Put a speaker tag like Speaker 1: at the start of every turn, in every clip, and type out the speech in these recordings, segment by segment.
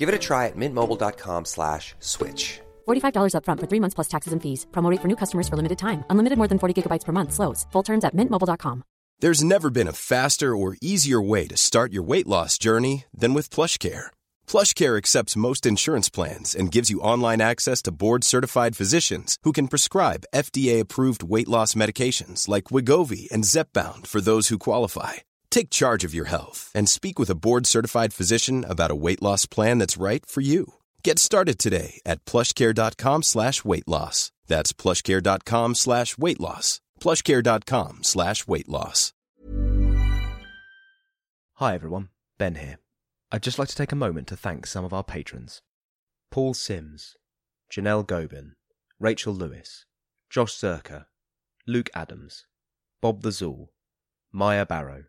Speaker 1: Give it a try at mintmobile.com slash switch.
Speaker 2: $45 upfront for three months plus taxes and fees. Promote for new customers for limited time. Unlimited more than 40 gigabytes per month. Slows. Full terms at mintmobile.com.
Speaker 3: There's never been a faster or easier way to start your weight loss journey than with PlushCare. PlushCare accepts most insurance plans and gives you online access to board-certified physicians who can prescribe FDA-approved weight loss medications like Wigovi and Zepbound for those who qualify Take charge of your health and speak with a board certified physician about a weight loss plan that's right for you. Get started today at plushcare.com slash weight loss. That's plushcare.com slash weight loss. Plushcare.com slash weight loss.
Speaker 4: Hi everyone, Ben here. I'd just like to take a moment to thank some of our patrons Paul Sims, Janelle Gobin, Rachel Lewis, Josh Zerker, Luke Adams, Bob the Zool, Maya Barrow.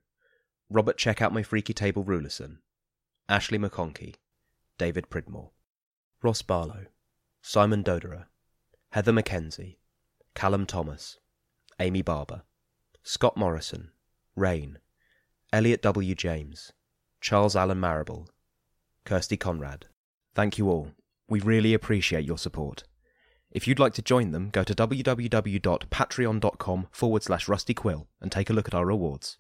Speaker 4: Robert Check Out My Freaky Table Rulerson, Ashley McConkey, David Pridmore, Ross Barlow, Simon Doderer, Heather Mackenzie, Callum Thomas, Amy Barber, Scott Morrison, Rain, Elliot W. James, Charles Allen Marable, Kirsty Conrad. Thank you all. We really appreciate your support. If you'd like to join them, go to www.patreon.com forward slash rustyquill and take a look at our rewards.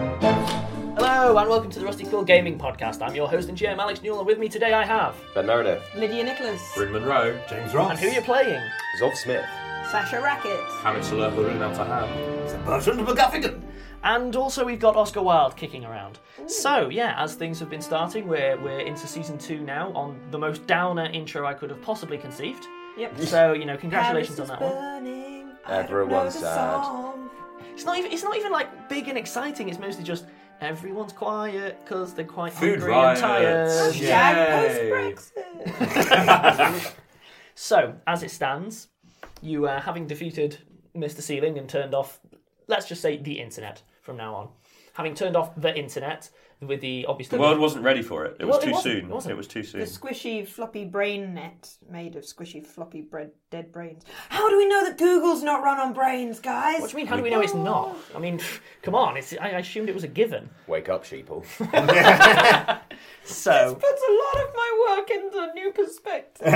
Speaker 5: Hello and welcome to the Rusty Cool Gaming Podcast. I'm your host and GM Alex Newell, and with me today I have.
Speaker 6: Ben Meredith,
Speaker 7: Lydia Nicholas,
Speaker 8: Bryn Monroe,
Speaker 9: James Ross,
Speaker 5: And who are you playing?
Speaker 6: Zov Smith,
Speaker 7: Sasha Racket,
Speaker 8: Hamid Salah, and Alta Ham.
Speaker 9: Sir Bertrand McGuffigan.
Speaker 5: And also we've got Oscar Wilde kicking around. So yeah, as things have been starting, we're we're into season two now on the most downer intro I could have possibly conceived.
Speaker 7: Yep.
Speaker 5: So you know, congratulations on
Speaker 7: Paris
Speaker 5: that
Speaker 7: is
Speaker 5: one.
Speaker 7: burning.
Speaker 6: Everyone's
Speaker 7: I don't know the
Speaker 6: sad.
Speaker 7: song.
Speaker 5: It's not even it's not even like big and exciting. It's mostly just everyone's quiet because they're quite
Speaker 8: Food
Speaker 5: hungry
Speaker 8: riots.
Speaker 5: and tired.
Speaker 8: Yay.
Speaker 7: Hashtag post-Brexit.
Speaker 5: So, as it stands, you uh, having defeated Mr. Ceiling and turned off, let's just say, the internet from now on. Having turned off the internet, with the obviously
Speaker 8: The world wasn't ready for it. It was
Speaker 5: Well, it
Speaker 8: too
Speaker 5: wasn't,
Speaker 8: soon.
Speaker 5: it wasn't.
Speaker 8: was too soon.
Speaker 7: The squishy floppy brain net made of squishy floppy bread, dead brains. How do we know that Google's not run on brains, guys? Oh,
Speaker 5: What do you mean? How do we know it's not? I mean, come on. It's I, I assumed it was a given.
Speaker 6: Oh. Wake up, sheeple.
Speaker 5: So
Speaker 7: Puts a lot of my work into a new perspective.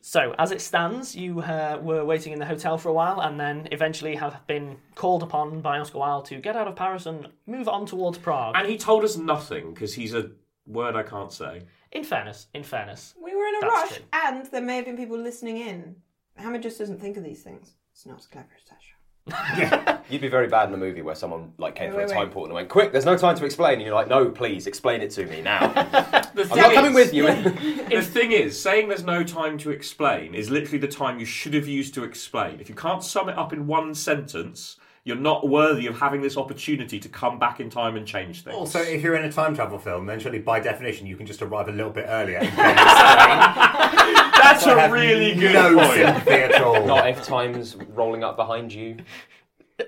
Speaker 5: So, as it stands, you uh, were waiting in the hotel for a while and then eventually have been called upon by Oscar Wilde to get out of Paris and move on towards Prague.
Speaker 8: And he told us nothing because he's a word I can't say.
Speaker 5: in fairness, in fairness.
Speaker 7: we were in a
Speaker 5: That's
Speaker 7: rush,
Speaker 5: true.
Speaker 7: and there may have been people listening in. Hammer just doesn't think of these things. It's not as clever as Sasha.
Speaker 6: You'd be very bad in a movie where someone like came
Speaker 7: Wait,
Speaker 6: through a
Speaker 7: wait,
Speaker 6: time
Speaker 7: wait.
Speaker 6: portal and went, "Quick, there's no time to explain." And you're like, "No, please explain it to me now."
Speaker 8: The
Speaker 6: I'm not coming with you.
Speaker 8: The thing is, saying there's no time to explain is literally the time you should have used to explain. If you can't sum it up in one sentence, you're not worthy of having this opportunity to come back in time and change things.
Speaker 9: Also, if you're in a time travel film, then surely by definition you can just arrive a little bit earlier.
Speaker 8: That's
Speaker 9: I
Speaker 8: a
Speaker 9: have
Speaker 8: really good
Speaker 9: no
Speaker 8: point.
Speaker 9: sympathy at all.
Speaker 6: Not if time's rolling up behind you.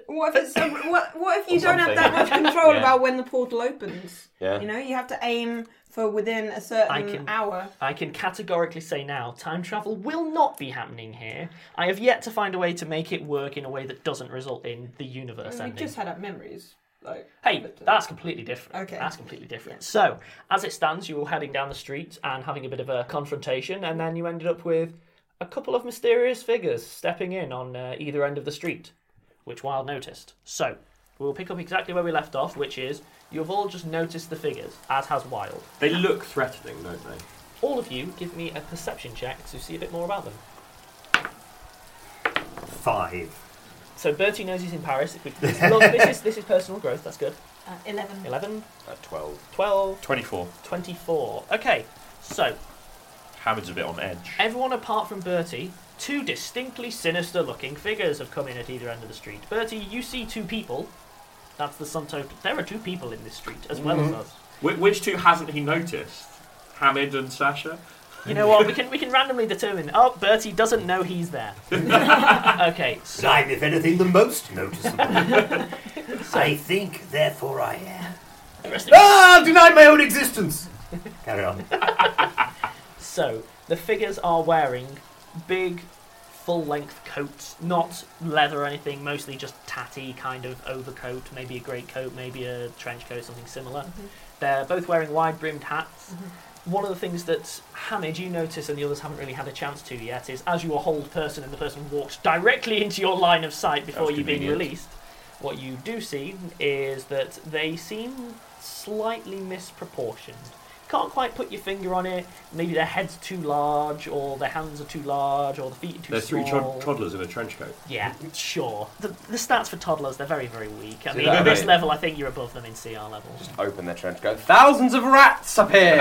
Speaker 7: What if, it's some- what, what if you
Speaker 6: Or
Speaker 7: don't have
Speaker 6: something.
Speaker 7: that much control
Speaker 6: Yeah.
Speaker 7: about when the portal opens?
Speaker 6: Yeah.
Speaker 7: You know, you have to aim for within a
Speaker 5: I
Speaker 7: certain
Speaker 5: can-
Speaker 7: hour.
Speaker 5: I can categorically say now time travel will not be happening here. I have yet to find a way to make it work in a way that doesn't result in the universe
Speaker 7: We
Speaker 5: ending.
Speaker 7: just had up memories. Like,
Speaker 5: Hey, that's completely different.
Speaker 7: Okay.
Speaker 5: That's completely different. So, as it stands, you were heading down the street and having a bit of a confrontation, and then you ended up with a couple of mysterious figures stepping in on uh, either end of the street, which Wild noticed. So, we'll pick up exactly where we left off, which is you've all just noticed the figures, as has Wild.
Speaker 8: They look threatening, don't they?
Speaker 5: All of you give me a perception check to see a bit more about them.
Speaker 9: Five.
Speaker 5: So, Bertie knows he's in Paris. If we- This, look, this, is, this is personal growth, that's good.
Speaker 7: Uh, 11.
Speaker 5: 11,
Speaker 6: At twelve.
Speaker 5: 12,
Speaker 8: 24.
Speaker 5: 24. Okay, so
Speaker 8: Hammond's a bit on edge.
Speaker 5: Everyone apart from Bertie, two distinctly sinister looking figures have come in at either end of the street. Bertie, you see two people. That's the sum total. There are two people in this street as well as us.
Speaker 8: Mm-hmm. Wh- which two hasn't he noticed? Hamid and Sasha?
Speaker 5: You know what? We can we can randomly determine. Oh, Bertie doesn't know he's there. okay, so
Speaker 9: I'm, if anything, the most noticeable. I think, therefore I am. Ah, I've denied my own existence! Carry on.
Speaker 5: so the figures are wearing big, full-length coats, not leather or anything. Mostly just tatty kind of overcoat, maybe a greatcoat, maybe a trench coat, something similar.
Speaker 10: Mm-hmm.
Speaker 5: They're both wearing wide-brimmed hats. One of the things that Hamid, you notice, and the others haven't really had a chance to yet, is as you are hold person and the person walks directly into your line of sight before
Speaker 8: That's
Speaker 5: you being
Speaker 8: convenient.
Speaker 5: released, what you do see is that they seem slightly misproportioned. Can't quite put your finger on it. Maybe their head's too large, or their hands are too large, or the feet are too
Speaker 8: They're
Speaker 5: small.
Speaker 8: three trod- toddlers in a trench coat.
Speaker 5: Yeah, sure. The, the stats for toddlers, they're very, very weak. I
Speaker 6: So
Speaker 5: mean,
Speaker 6: that
Speaker 5: at this
Speaker 6: may-
Speaker 5: level, I think you're above them in CR levels.
Speaker 6: Open their trench coat. Thousands of rats up here.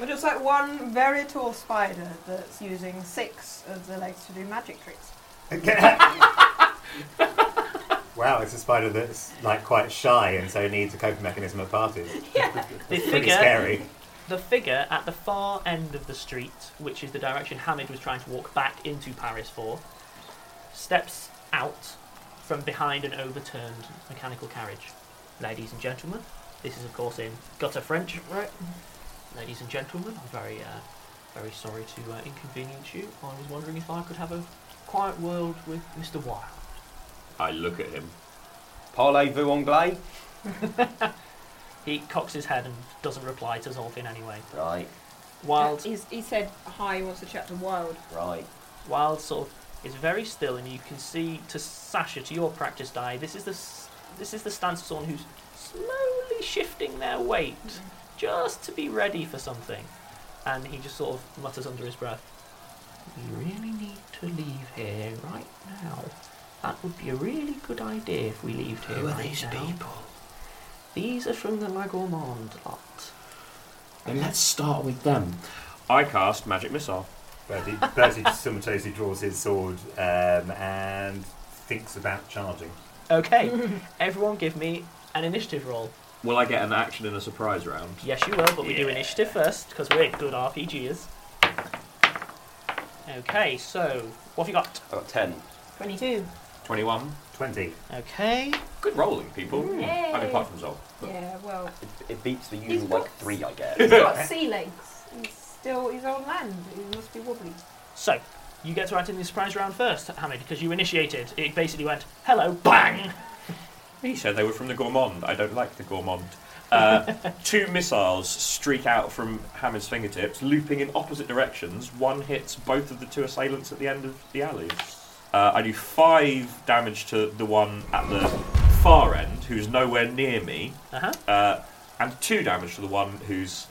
Speaker 7: We're just like one very tall spider that's using six of the legs to do magic tricks.
Speaker 9: wow, it's a spider that's like quite shy and so needs a coping mechanism at parties.
Speaker 5: The
Speaker 9: Pretty
Speaker 5: figure,
Speaker 9: scary.
Speaker 5: the figure at the far end of the street, which is the direction Hamid was trying to walk back into Paris for, steps out from behind an overturned mechanical carriage. Ladies and gentlemen, this is of course in gutter French, right? Ladies and gentlemen, I'm very, uh, very sorry to uh, inconvenience you. I was wondering if I could have a quiet world with Mr. Wilde.
Speaker 8: I look at him.
Speaker 6: Parlez-vous anglais?
Speaker 5: He cocks his head and doesn't reply to Zolf in any way.
Speaker 6: Right,
Speaker 5: Wilde
Speaker 7: He's, he said hi, he wants to chat to Wild.
Speaker 6: right.
Speaker 5: Wild sort of is very still, and you can see to Sasha, to your practiced eye, this is the s- this is the stance of someone who's slowly shifting their weight
Speaker 8: Mm-hmm.
Speaker 5: just to be ready for something. And he just sort of mutters under his breath, "You really need to leave here right now. That would be a really good idea if we leaved here right now." These are from the La Gourmande lot.
Speaker 8: Then let's start with them. I cast Magic Missile.
Speaker 9: Bertie, Bertie just simultaneously draws his sword um, and thinks about charging.
Speaker 5: Okay, everyone, give me an initiative roll.
Speaker 8: Will I get an action in a surprise round?
Speaker 5: Yes, you will, but we do
Speaker 8: Yeah.
Speaker 5: initiative first because we're good RPGers. Okay, so what have you got?
Speaker 6: I got ten.
Speaker 7: 22.
Speaker 8: 21.
Speaker 9: 20.
Speaker 5: Okay,
Speaker 8: Good rolling, people.
Speaker 5: Mm.
Speaker 7: Yay.
Speaker 8: I mean, apart from Zol.
Speaker 7: Yeah, well,
Speaker 6: It beats the usual like three, I guess.
Speaker 7: he's got sea legs. He's still he's on land. He must be wobbly.
Speaker 5: So, you get to act in the surprise round first, Hamid, because you initiated. It basically went, hello, bang!
Speaker 8: He said they were from the gourmand. I don't like the gourmand. Uh, two missiles streak out from Hammer's fingertips, looping in opposite directions. One hits both of the two assailants at the end of the alley. Uh, I do five damage to the one at the far end, who's nowhere near me,
Speaker 5: Uh-huh.
Speaker 8: uh, and two damage to the one who's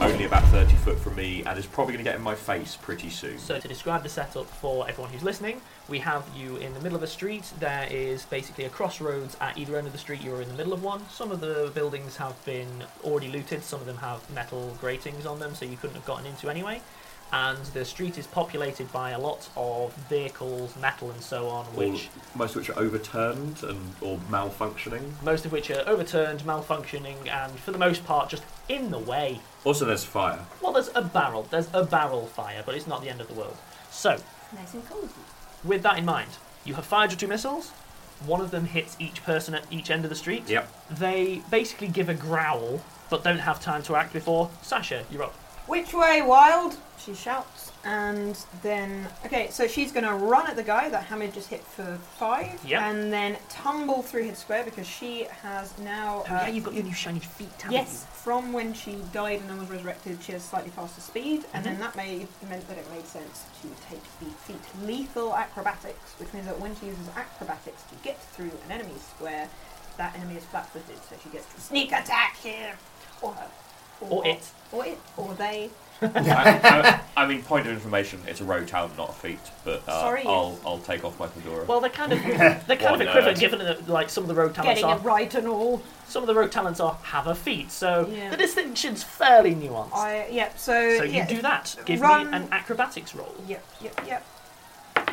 Speaker 8: only about 30 foot from me and is probably going to get in my face pretty soon.
Speaker 5: So, to describe the setup for everyone who's listening, we have you in the middle of a street. There is basically a crossroads at either end of the street. You're in the middle of one. Some of the buildings have been already looted, some of them have metal gratings on them, so you couldn't have gotten into anyway. And the street is populated by a lot of vehicles, metal, and so on,
Speaker 8: All-
Speaker 5: which
Speaker 8: most of which are overturned and or malfunctioning.
Speaker 5: most of which are overturned, malfunctioning, and for the most part just in the way.
Speaker 8: Also, there's fire.
Speaker 5: Well, there's a barrel. There's a barrel fire, but it's not the end of the world. So,
Speaker 7: Nice and cozy.
Speaker 5: with that in mind, you have fired your two missiles. One of them hits each person at each end of the street.
Speaker 8: Yep.
Speaker 5: They basically give a growl, but don't have time to act before. Sasha, you're up.
Speaker 7: Which way, wild? She shouts, and then okay, so she's gonna run at the guy that Hamid just hit for five,
Speaker 5: Yeah.
Speaker 7: and then tumble through his square because she has now.
Speaker 5: Oh, yeah, you've got your new shiny feet. haven't
Speaker 7: Yes, from when she died and then was resurrected, she has slightly faster speed, and then
Speaker 5: Mhm.
Speaker 7: that made, meant that it made sense to take the feat lethal acrobatics, which means that when she uses acrobatics to get through an enemy's square, that enemy is flat-footed, so she gets to sneak attack him or her,
Speaker 8: Or it.
Speaker 7: or it, or they.
Speaker 8: I, I, I mean, point of information: it's a row town, not a feat. But uh,
Speaker 7: Sorry,
Speaker 8: I'll I'll take off my fedora.
Speaker 5: you? Well, they're kind of they're kind of
Speaker 8: What a nerd.
Speaker 5: equivalent, given that like some of the rogue talents
Speaker 7: Getting
Speaker 5: are
Speaker 7: it right and all.
Speaker 5: Some of the rogue talents are have a feat, so
Speaker 7: Yeah.
Speaker 5: the distinction's fairly nuanced.
Speaker 7: I yep. So
Speaker 5: so you
Speaker 7: yeah,
Speaker 5: do that. Give
Speaker 7: run-
Speaker 5: me an acrobatics roll.
Speaker 7: Yep, yep, yep.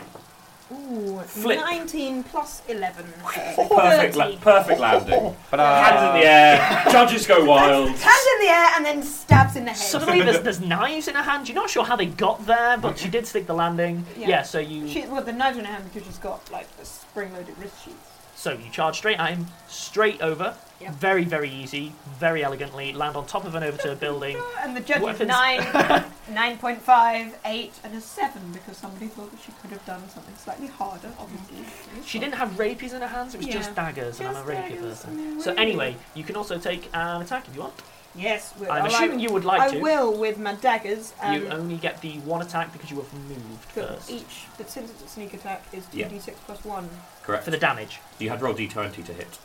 Speaker 7: Ooh,
Speaker 5: Flip.
Speaker 7: 19 plus 11.
Speaker 8: perfect, la-
Speaker 7: 30.
Speaker 8: perfect landing.
Speaker 7: Ta-da.
Speaker 8: Hands in the air. Judges go wild.
Speaker 7: Hands in the air and then stabs in the head.
Speaker 5: Suddenly, there's, there's knives in her hand. You're not sure how they got there, but she did stick the landing. Yeah, so you
Speaker 7: She, well, the knives in her hand because she's got like the spring loaded wrist sheath.
Speaker 5: so you charge straight at him, straight over,
Speaker 7: Yep.
Speaker 5: very very easy, very elegantly. Land on top of an overturned building.
Speaker 7: And the judge is
Speaker 5: Weapons.
Speaker 7: 9, 9.5, 8, and a 7 because somebody thought that she could have done something slightly harder, obviously.
Speaker 5: She didn't have rapiers in her hands; it was
Speaker 7: Yeah.
Speaker 5: just daggers, and I'm
Speaker 7: Just
Speaker 5: a rapier
Speaker 7: daggers
Speaker 5: person.
Speaker 7: and a
Speaker 5: So
Speaker 7: rapier.
Speaker 5: anyway, you can also take an attack if you want.
Speaker 7: Yes, well,
Speaker 5: I'm
Speaker 7: I
Speaker 5: assuming you would like
Speaker 7: I
Speaker 5: to.
Speaker 7: will with my daggers. Um, E-
Speaker 5: you only get the one attack because you have moved
Speaker 7: but
Speaker 5: first.
Speaker 7: each, but since it's a sneak attack, is
Speaker 8: Yeah.
Speaker 7: 2d6 plus 1.
Speaker 8: Correct
Speaker 5: for the damage.
Speaker 8: You had roll d20 to hit.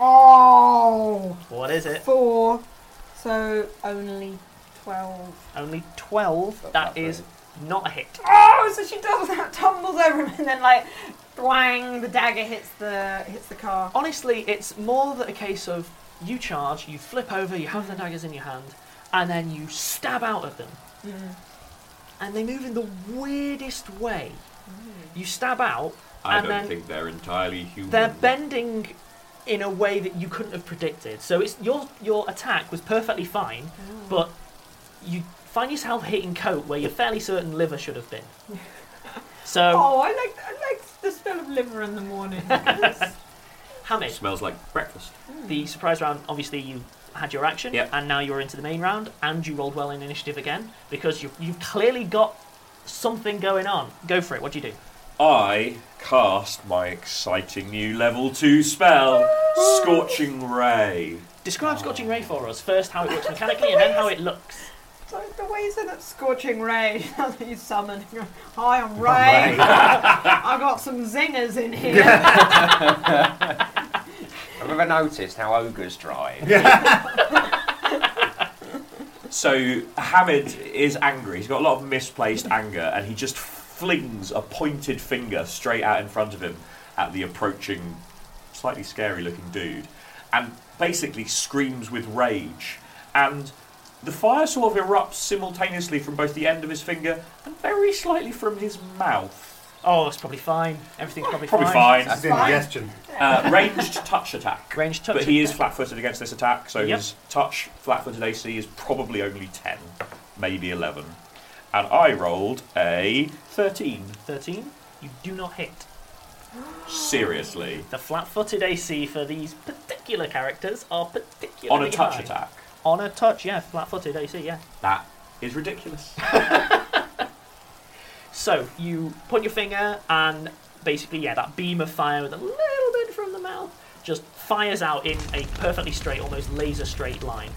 Speaker 7: Oh!
Speaker 5: What is it?
Speaker 7: Four. So only 12.
Speaker 5: Only twelve. that is not a hit.
Speaker 7: Oh, so she does that, tumbles over him, and then like, whang, the dagger hits the hits the car.
Speaker 5: Honestly, it's more that a case of you charge, you flip over, you have the daggers in your hand, and then you stab out at them. And they move in the weirdest way.
Speaker 7: Mm.
Speaker 5: You stab out,
Speaker 8: I
Speaker 5: and
Speaker 8: don't
Speaker 5: then
Speaker 8: think they're entirely human.
Speaker 5: they're bending in a way that you couldn't have predicted. So it's your your attack was perfectly fine,
Speaker 7: Mm.
Speaker 5: but you find yourself hitting coat where you're fairly certain liver should have been. So,
Speaker 7: Oh, I like I like the smell of liver in the morning.
Speaker 5: Hamid.
Speaker 8: Smells like breakfast.
Speaker 7: Mm.
Speaker 5: The surprise round, obviously, you had your action,
Speaker 8: Yep.
Speaker 5: and now you're into the main round, and you rolled well in initiative again because you, you've clearly got something going on. Go for it. What do you do?
Speaker 8: I cast my exciting new level two spell, Scorching Ray.
Speaker 5: Describe Scorching Ray for us first, how it works mechanically, and then how it looks.
Speaker 7: so the way you said that scorching ray, now that you summon, you go, hi, I'm Ray. I got some zingers in here.
Speaker 6: Have you ever noticed how ogres drive?
Speaker 8: So Hamid is angry. He's got a lot of misplaced anger, and he just flings a pointed finger straight out in front of him at the approaching, slightly scary-looking dude, and basically screams with rage. And the fire sort of erupts simultaneously from both the end of his finger and very slightly from his mouth.
Speaker 5: Oh, it's probably fine. Everything's probably,
Speaker 8: Probably
Speaker 5: fine.
Speaker 8: fine. That's indigestion. Uh, ranged touch attack.
Speaker 5: Ranged touch
Speaker 8: But he is flat-footed against this attack, so
Speaker 5: Yep.
Speaker 8: his touch flat-footed AC is probably only ten, maybe eleven. And I rolled a thirteen.
Speaker 5: 13. You do not hit.
Speaker 8: Seriously.
Speaker 5: The flat-footed AC for these particular characters are particularly
Speaker 8: On a touch
Speaker 5: high.
Speaker 8: attack.
Speaker 5: On a touch, yeah, flat-footed AC, yeah.
Speaker 8: That is ridiculous.
Speaker 5: So you put your finger and basically, yeah, that beam of fire with a little bit from the mouth just fires out in a perfectly straight, almost laser straight line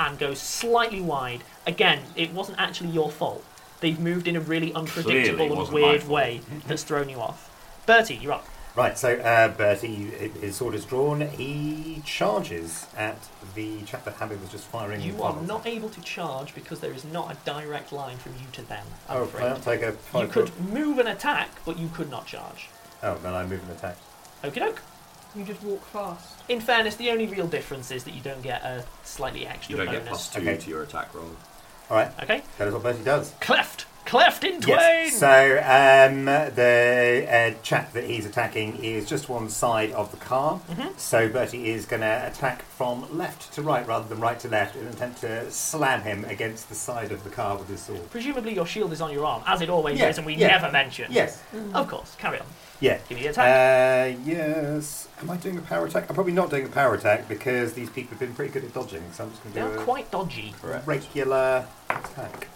Speaker 5: and goes slightly wide. Again, it wasn't actually your fault. They've moved in a really unpredictable and
Speaker 9: wasn't my
Speaker 5: weird
Speaker 9: fault.
Speaker 5: way that's thrown you off. Bertie, you're up.
Speaker 9: Right, so uh, Bertie, i- his sword is drawn. He charges at the chap that Habib was just firing. Oh,
Speaker 5: You
Speaker 9: one
Speaker 5: are
Speaker 9: on.
Speaker 5: not able to charge because there is not a direct line from you to them. I'm
Speaker 9: Oh,
Speaker 5: afraid.
Speaker 9: I'll take a
Speaker 5: you
Speaker 9: five
Speaker 5: could move an attack, but you could not charge.
Speaker 9: Oh, then I move and attack.
Speaker 5: Okie doke. You just walk fast. In fairness, the only real difference is that you don't get a slightly extra
Speaker 8: You don't
Speaker 5: bonus.
Speaker 8: get plus two
Speaker 9: Okay.
Speaker 8: to your attack roll.
Speaker 9: All right.
Speaker 5: Okay.
Speaker 9: That is what Bertie does.
Speaker 5: Cleft! Cleft in twain!
Speaker 9: Yes. So um, the uh, chap that he's attacking is just one side of the car.
Speaker 5: Mhm.
Speaker 9: So Bertie is going to attack from left to right rather than right to left in an attempt to slam him against the side of the car with his sword.
Speaker 5: Presumably your shield is on your arm, as it always
Speaker 9: Yeah,
Speaker 5: is, and we
Speaker 9: yeah.
Speaker 5: never mention.
Speaker 9: Yes.
Speaker 5: Of course, carry on.
Speaker 9: Yeah.
Speaker 5: Give me the attack.
Speaker 9: Uh, yes. Am I doing a power attack? I'm probably not doing a power attack because these people have been pretty good at dodging. So I'm just going to
Speaker 5: They
Speaker 9: do
Speaker 5: are
Speaker 9: a
Speaker 5: quite dodgy.
Speaker 9: regular attack.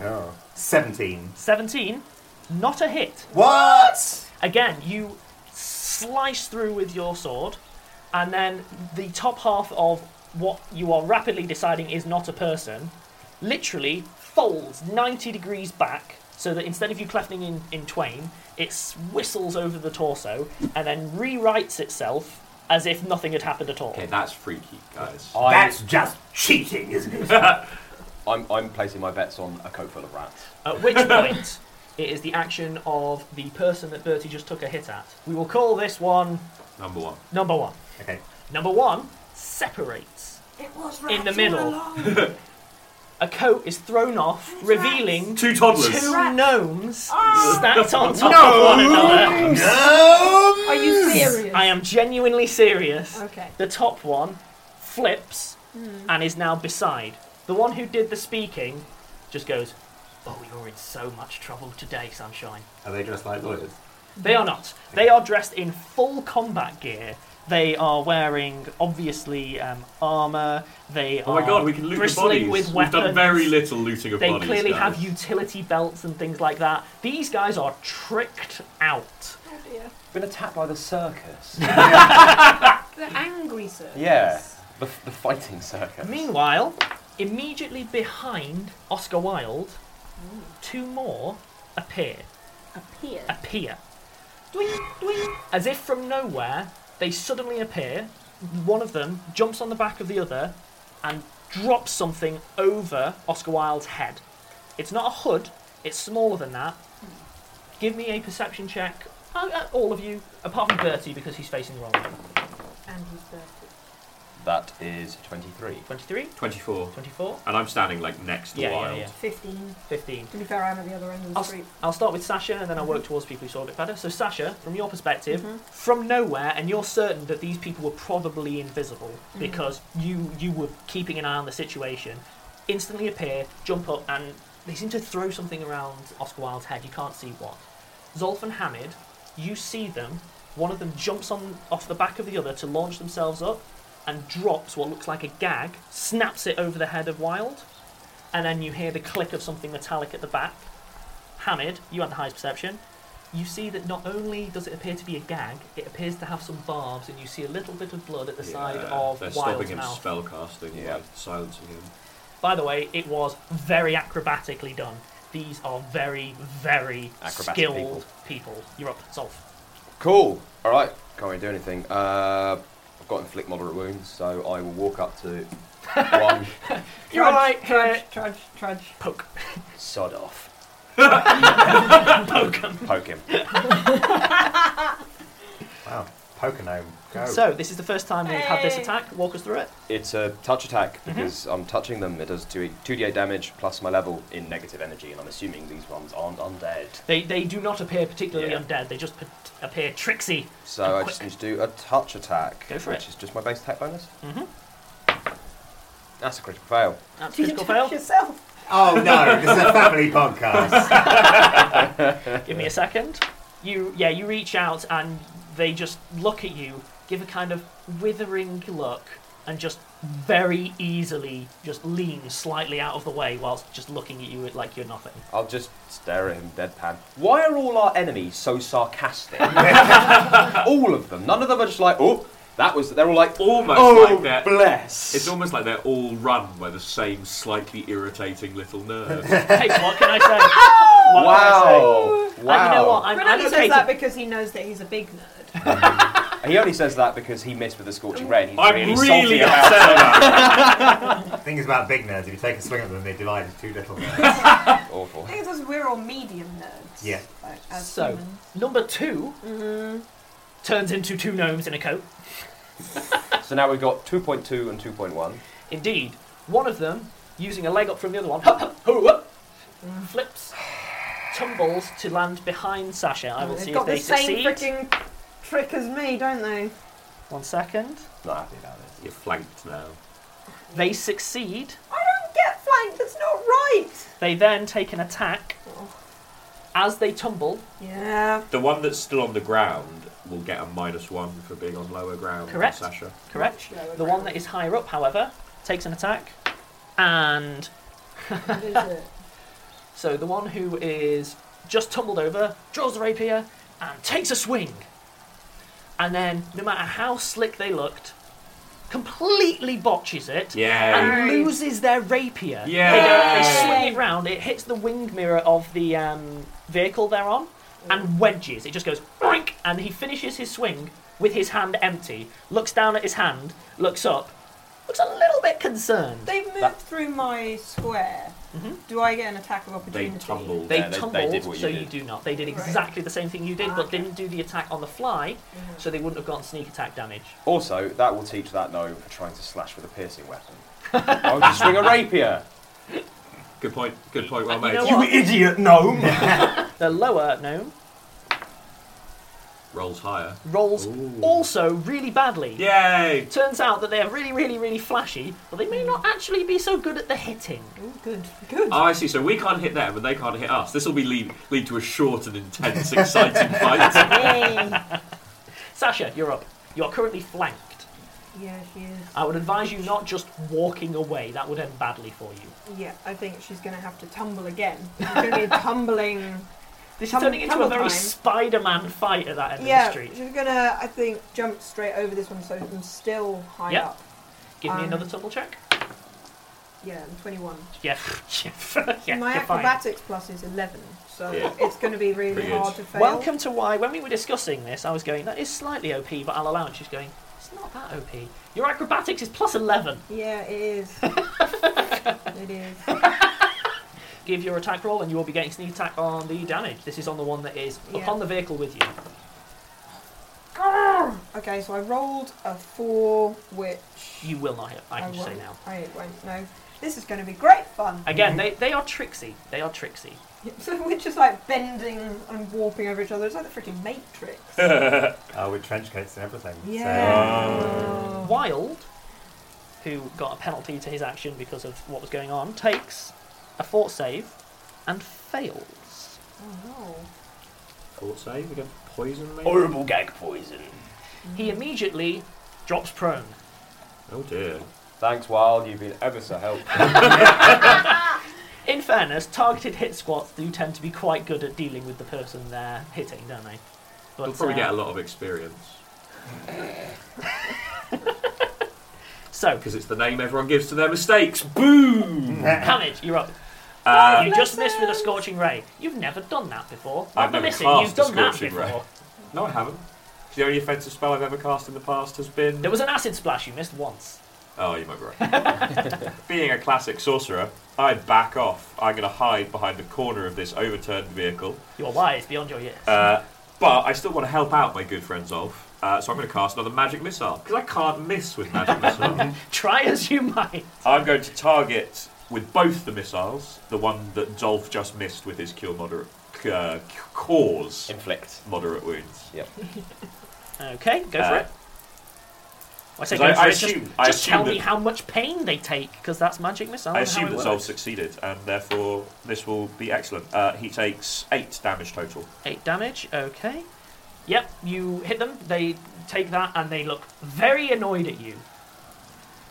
Speaker 9: Oh. 17.
Speaker 5: 17, not a hit.
Speaker 9: What?
Speaker 5: Again, you slice through with your sword, and then the top half of what you are rapidly deciding is not a person literally folds 90 degrees back so that instead of you clefting in, in twain, it s- whistles over the torso and then rewrites itself as if nothing had happened at all.
Speaker 8: Okay, that's freaky, guys.
Speaker 5: That's
Speaker 9: just cheating, isn't it?
Speaker 6: I'm, I'm placing my bets on a coat full of rats.
Speaker 5: At which point, it is the action of the person that Bertie just took a hit at. We will call this one
Speaker 8: Number one.
Speaker 5: number one.
Speaker 9: Okay.
Speaker 5: Number one separates
Speaker 7: It was
Speaker 5: in the
Speaker 7: rats all
Speaker 5: middle.
Speaker 7: along.
Speaker 5: a coat is thrown off, revealing
Speaker 8: Two toddlers.
Speaker 5: two
Speaker 8: Rats.
Speaker 5: gnomes
Speaker 7: Oh.
Speaker 5: stacked on top
Speaker 7: No.
Speaker 5: of one another.
Speaker 7: Gnomes. Are you serious?
Speaker 5: I am genuinely serious.
Speaker 7: Okay.
Speaker 5: The top one flips
Speaker 7: Hmm.
Speaker 5: and is now beside. The one who did the speaking just goes, "Oh, you're in so much trouble today, sunshine."
Speaker 9: Are they dressed like lawyers?
Speaker 5: They are not. They are dressed in full combat gear. They are wearing obviously um, armor. They
Speaker 8: Oh
Speaker 5: are
Speaker 8: my god, we can loot the
Speaker 5: bristling
Speaker 8: bodies.
Speaker 5: with
Speaker 8: We've
Speaker 5: weapons.
Speaker 8: done very little looting of
Speaker 5: they
Speaker 8: bodies.
Speaker 5: clearly
Speaker 8: guys.
Speaker 5: have utility belts and things like that. These guys are tricked out.
Speaker 7: Oh dear.
Speaker 6: Been attacked by the circus.
Speaker 7: The angry sir.
Speaker 6: yeah. The, the fighting circus.
Speaker 5: Meanwhile, immediately behind Oscar Wilde, two more appear.
Speaker 7: Appear.
Speaker 5: Appear. Dwing, dwing. As if from nowhere, they suddenly appear. One of them jumps on the back of the other and drops something over Oscar Wilde's head. It's not a hood, it's smaller than that. Give me a perception check, uh, uh, all of you, apart from Bertie because he's facing the wrong way.
Speaker 7: And he's Bertie.
Speaker 6: That is 23.
Speaker 5: 23?
Speaker 8: 24.
Speaker 5: 24?
Speaker 8: And I'm standing like next to
Speaker 5: Yeah, yeah,
Speaker 8: Wild.
Speaker 5: yeah.
Speaker 7: 15.
Speaker 5: 15.
Speaker 7: To be fair, I'm at the other end of the
Speaker 5: I'll,
Speaker 7: street.
Speaker 5: I'll start with Sasha and then I'll work towards people who saw a bit better. So, Sasha, from your perspective, from nowhere, and you're certain that these people were probably invisible
Speaker 7: Mhm.
Speaker 5: because you, you were keeping an eye on the situation, instantly appear, jump up, and they seem to throw something around Oscar Wilde's head. You can't see what. Zolf and Hamid, you see them. One of them jumps on off the back of the other to launch themselves up and drops what looks like a gag, snaps it over the head of Wild, and then you hear the click of something metallic at the back. Hamid, you had the highest perception. You see that not only does it appear to be a gag, it appears to have some barbs, and you see a little bit of blood at the side
Speaker 8: Yeah,
Speaker 5: of
Speaker 8: They're stopping
Speaker 5: Wild's
Speaker 8: him
Speaker 5: mouth.
Speaker 8: spellcasting yeah. by silencing him.
Speaker 5: By the way, it was very acrobatically done. These are very, very
Speaker 6: Acrobatic
Speaker 5: skilled people. You're up, Solve.
Speaker 6: Cool. All right. Can't really do anything. Uh, I've got inflict moderate wounds, so I will walk up to one.
Speaker 5: You're
Speaker 7: Trudge,
Speaker 5: right.
Speaker 7: Trudge, trudge, trudge.
Speaker 5: Poke.
Speaker 6: Sod off.
Speaker 5: Poke him.
Speaker 6: Poke him.
Speaker 9: Wow. Poker gnome. Go.
Speaker 5: So, this is the first time we've had this
Speaker 7: Hey.
Speaker 5: attack. Walk us through it.
Speaker 6: It's a touch attack
Speaker 5: Mm-hmm.
Speaker 6: because I'm touching them. It does 2 2d8 damage plus my level in negative energy, and I'm assuming these ones aren't undead.
Speaker 5: They, they do not appear particularly
Speaker 6: Yeah.
Speaker 5: undead, they just p- appear tricksy.
Speaker 6: So I just need to do a touch attack,
Speaker 5: Go for
Speaker 6: which
Speaker 5: it.
Speaker 6: is just my base attack bonus.
Speaker 5: Mm-hmm.
Speaker 6: That's a critical fail.
Speaker 5: That's
Speaker 7: Do you
Speaker 5: critical
Speaker 7: touch
Speaker 5: fail.
Speaker 7: yourself?
Speaker 9: Oh no, this is a family podcast.
Speaker 5: Give me a second. You yeah, you reach out and they just look at you, give a kind of withering look, and just very easily just lean slightly out of the way whilst just looking at you like you're nothing.
Speaker 6: I'll just stare at him deadpan. Why are all our enemies so sarcastic? all of them. None of them are just like, oh, that was. They're all like,
Speaker 8: almost
Speaker 6: oh,
Speaker 8: like they're
Speaker 6: bless.
Speaker 8: It's almost like they're all run by the same slightly irritating little nerd.
Speaker 5: hey, what can I say? What
Speaker 6: Wow.
Speaker 5: Can I
Speaker 6: Wow.
Speaker 5: say? And you know what? I'm,
Speaker 7: Renato
Speaker 5: I'm okay
Speaker 7: says
Speaker 5: to-
Speaker 7: that because he knows that he's a big nerd.
Speaker 6: He only says that because he missed with the scorching rain. He's
Speaker 8: I'm
Speaker 6: really, salty
Speaker 8: really
Speaker 6: about
Speaker 8: upset
Speaker 6: it.
Speaker 9: The thing is about big nerds, if you take a swing at them, they divide as too little.
Speaker 6: Awful.
Speaker 7: I think it's because we're all medium nerds.
Speaker 9: Yeah.
Speaker 7: Like, as
Speaker 5: So,
Speaker 7: humans.
Speaker 5: number 2 turns into two gnomes in a coat.
Speaker 6: So now we've got 2.2 and 2.1.
Speaker 5: Indeed, one of them, using a leg up from the other one, hup, hup, hoo, hup, flips, tumbles to land behind Sasha. I will
Speaker 7: They've
Speaker 5: see
Speaker 7: got
Speaker 5: if they
Speaker 7: the same
Speaker 5: succeed.
Speaker 7: freaking trick as me, don't they?
Speaker 5: One second.
Speaker 6: Not happy about this.
Speaker 8: You're flanked now.
Speaker 5: They succeed.
Speaker 7: I don't get flanked. That's not right.
Speaker 5: They then take an attack. As they tumble,
Speaker 7: Yeah.
Speaker 8: The one that's still on the ground will get a minus one for being on lower ground. than
Speaker 5: Correct.
Speaker 8: Sasha.
Speaker 5: correct? The one that is higher up, however, takes an attack. And
Speaker 7: What is it?
Speaker 5: so the one who is just tumbled over draws the rapier and takes a swing. And then, no matter how slick they looked, completely botches it
Speaker 8: Yeah.
Speaker 5: and loses their rapier. They,
Speaker 8: Yeah.
Speaker 5: go, they swing it round, it hits the wing mirror of the um, vehicle they're on and wedges. It just goes boink, and he finishes his swing with his hand empty, looks down at his hand, looks up, looks a little bit concerned.
Speaker 7: They've moved
Speaker 6: That-
Speaker 7: through my square.
Speaker 5: Mm-hmm.
Speaker 7: Do I get an attack of opportunity?
Speaker 8: tumbled.
Speaker 5: They
Speaker 6: Yeah, they- they
Speaker 5: tumbled,
Speaker 6: did what you
Speaker 5: so
Speaker 6: did.
Speaker 5: you do not. They did
Speaker 7: Right.
Speaker 5: exactly the same thing you did, but didn't do the attack on the fly, so they wouldn't have gotten sneak attack damage.
Speaker 6: Also, that will teach that gnome for trying to slash with a piercing weapon. Why would you swing a rapier?
Speaker 8: Good point. Good point. Well
Speaker 5: you
Speaker 8: made.
Speaker 5: know
Speaker 9: you
Speaker 5: what?
Speaker 9: idiot gnome!
Speaker 5: The lower gnome
Speaker 8: Rolls higher.
Speaker 5: rolls also really badly.
Speaker 8: Yay!
Speaker 5: Turns out that they're really, really, really flashy, but they may not actually be so good at the hitting.
Speaker 7: Good. Good.
Speaker 8: Oh, I see. So we can't hit them, and they can't hit us. This will be lead, lead to a short and intense, exciting fight.
Speaker 7: Yay.
Speaker 5: Sasha, you're up. You're currently flanked.
Speaker 7: yeah, she is.
Speaker 5: I would advise you not just walking away. That would end badly for you.
Speaker 7: Yeah, I think she's going to have to tumble again. She's going to be tumbling.
Speaker 5: This is
Speaker 7: Tumble-
Speaker 5: turning into a
Speaker 7: tumble
Speaker 5: very
Speaker 7: time.
Speaker 5: Spider-Man fight at that end
Speaker 7: yeah,
Speaker 5: of the street.
Speaker 7: she's going to, I think, jump straight over this one so I'm still high
Speaker 5: Yep.
Speaker 7: up.
Speaker 5: Give me
Speaker 7: um,
Speaker 5: another double check.
Speaker 7: Yeah, I'm 21.
Speaker 5: Yeah, yeah, yeah,
Speaker 7: My
Speaker 5: you're fine.
Speaker 7: acrobatics plus is 11, so
Speaker 8: Yeah.
Speaker 7: it's going to be really
Speaker 8: Pretty good.
Speaker 7: hard to fail.
Speaker 5: Welcome to why. When we were discussing this, I was going, "That is slightly OP, but I'll allow it." She's going, "It's not that OP. Your acrobatics is plus 11.
Speaker 7: Yeah, it is. it is.
Speaker 5: Give your attack roll, and you will be getting sneak attack on the damage. This is on the one that is
Speaker 7: Yeah.
Speaker 5: upon the vehicle with you.
Speaker 7: Okay, so I rolled a four, which
Speaker 5: You will not hit. I can
Speaker 7: I
Speaker 5: just say
Speaker 7: won't- Mm-hmm.
Speaker 5: now.
Speaker 7: I won't know. This is going to be great fun.
Speaker 5: Again, they, they are tricksy. They are tricksy.
Speaker 7: So we're just like bending and warping over each other. It's like the freaking Matrix.
Speaker 9: Oh, with trench coats and everything. so-
Speaker 7: yeah.
Speaker 5: Wild, who got a penalty to his action because of what was going on, takes a fort save and fails.
Speaker 7: Oh,
Speaker 8: Court save again. Poison. Maybe?
Speaker 5: Horrible gag poison. He immediately drops prone.
Speaker 8: Oh dear.
Speaker 6: Thanks, Wild. You've been ever so helpful.
Speaker 5: In fairness, targeted hit squats do tend to be quite good at dealing with the person they're hitting, don't they? But,
Speaker 8: We'll probably
Speaker 5: uh,
Speaker 8: get a lot of experience
Speaker 5: So,
Speaker 8: because it's the name everyone gives to their mistakes. Boom!
Speaker 5: Hamid, you're up.
Speaker 8: Uh,
Speaker 5: you just missed with a scorching ray. You've never done that before.
Speaker 8: I've
Speaker 5: Not
Speaker 8: never
Speaker 5: missing,
Speaker 8: cast
Speaker 5: you've
Speaker 8: a
Speaker 5: done that
Speaker 8: scorching
Speaker 5: before.
Speaker 8: ray. No, I haven't. The only offensive spell I've ever cast in the past has been.
Speaker 5: There was an acid splash you missed once.
Speaker 8: Oh, you might be right. Being a classic sorcerer, I back off. I'm going to hide behind the corner of this overturned vehicle.
Speaker 5: You are wise beyond your years.
Speaker 8: Uh, but I still want to help out my good friend Zolf. Uh, so I'm going to cast another magic missile because I can't miss with magic missile.
Speaker 5: Try as you might.
Speaker 8: I'm going to target with both the missiles the one that Zolf just missed with his cure moderate uh, cause
Speaker 6: Inflict.
Speaker 8: moderate wounds.
Speaker 6: Yep.
Speaker 5: Okay, go for
Speaker 8: Uh,
Speaker 5: it. I say
Speaker 8: Because
Speaker 5: go
Speaker 8: Uh, I- I
Speaker 5: for it, just-
Speaker 8: assume-
Speaker 5: just,
Speaker 8: I assume
Speaker 5: tell
Speaker 8: that-
Speaker 5: me how much pain they take, because that's magic missile.
Speaker 8: I
Speaker 5: and how
Speaker 8: assume
Speaker 5: it
Speaker 8: that
Speaker 5: works.
Speaker 8: Zolf succeeded, and therefore this will be excellent. Uh, he takes eight damage total.
Speaker 5: Eight damage. Okay. Yep, you hit them. They take that, and they look very annoyed at you.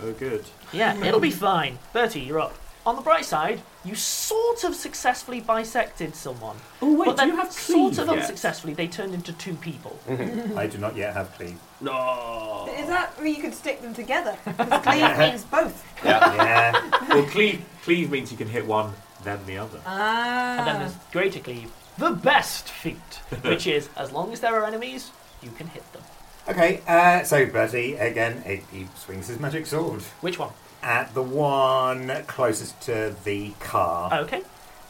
Speaker 8: Oh, good.
Speaker 5: Yeah, it'll be fine. Bertie, you're up. On the bright side, you sort of successfully bisected someone.
Speaker 9: Oh, wait,
Speaker 5: but
Speaker 9: do
Speaker 5: then
Speaker 9: you have
Speaker 5: sort
Speaker 9: cleave
Speaker 5: of
Speaker 9: yet?
Speaker 5: unsuccessfully, they turned into two people.
Speaker 9: I do not yet have cleave.
Speaker 8: No.
Speaker 7: Is that where you could stick them together? 'Cause cleave means both.
Speaker 8: Yeah. well, cleave, cleave means you can hit one, then the other.
Speaker 7: Ah.
Speaker 5: And then there's greater cleave, the best feat, which is as long as there are enemies, you can hit them.
Speaker 9: Okay, uh, so Bertie, again, he, he swings his magic sword.
Speaker 5: Which one?
Speaker 9: At the one closest to the car.
Speaker 5: Okay.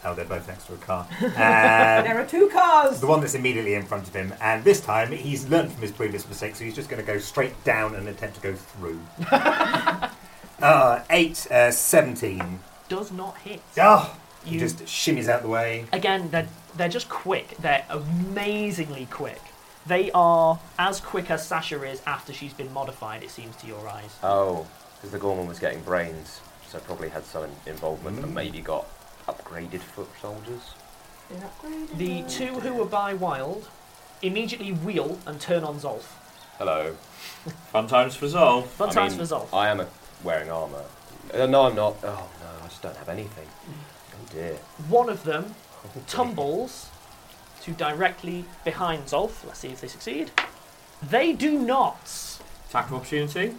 Speaker 9: Oh, they're both next to a car.
Speaker 7: Ah.
Speaker 9: Um,
Speaker 7: there are two cars.
Speaker 9: The one that's immediately in front of him, and this time he's learned from his previous mistake, so he's just going to go straight down and attempt to go through. uh, 8, uh, 17.
Speaker 5: Does not hit.
Speaker 9: Oh, he
Speaker 5: You-
Speaker 9: just shimmies out the way.
Speaker 5: Again, they're, they're just quick. They're amazingly quick. They are as quick as Sasha is after she's been modified, it seems to your eyes.
Speaker 6: Oh, because the Gorman was getting brains, so probably had some involvement and maybe got upgraded foot soldiers.
Speaker 5: The two who were by Wild immediately wheel and turn on Zolf.
Speaker 6: Hello.
Speaker 8: Fun times for Zolf.
Speaker 5: Fun times for Zolf.
Speaker 6: I am a, wearing armour. Uh, no, I'm not. Oh, no, I just don't have anything. Oh, dear.
Speaker 5: One of them tumbles to directly behind Zolf. Let's see if they succeed. They do not.
Speaker 8: Attack of opportunity?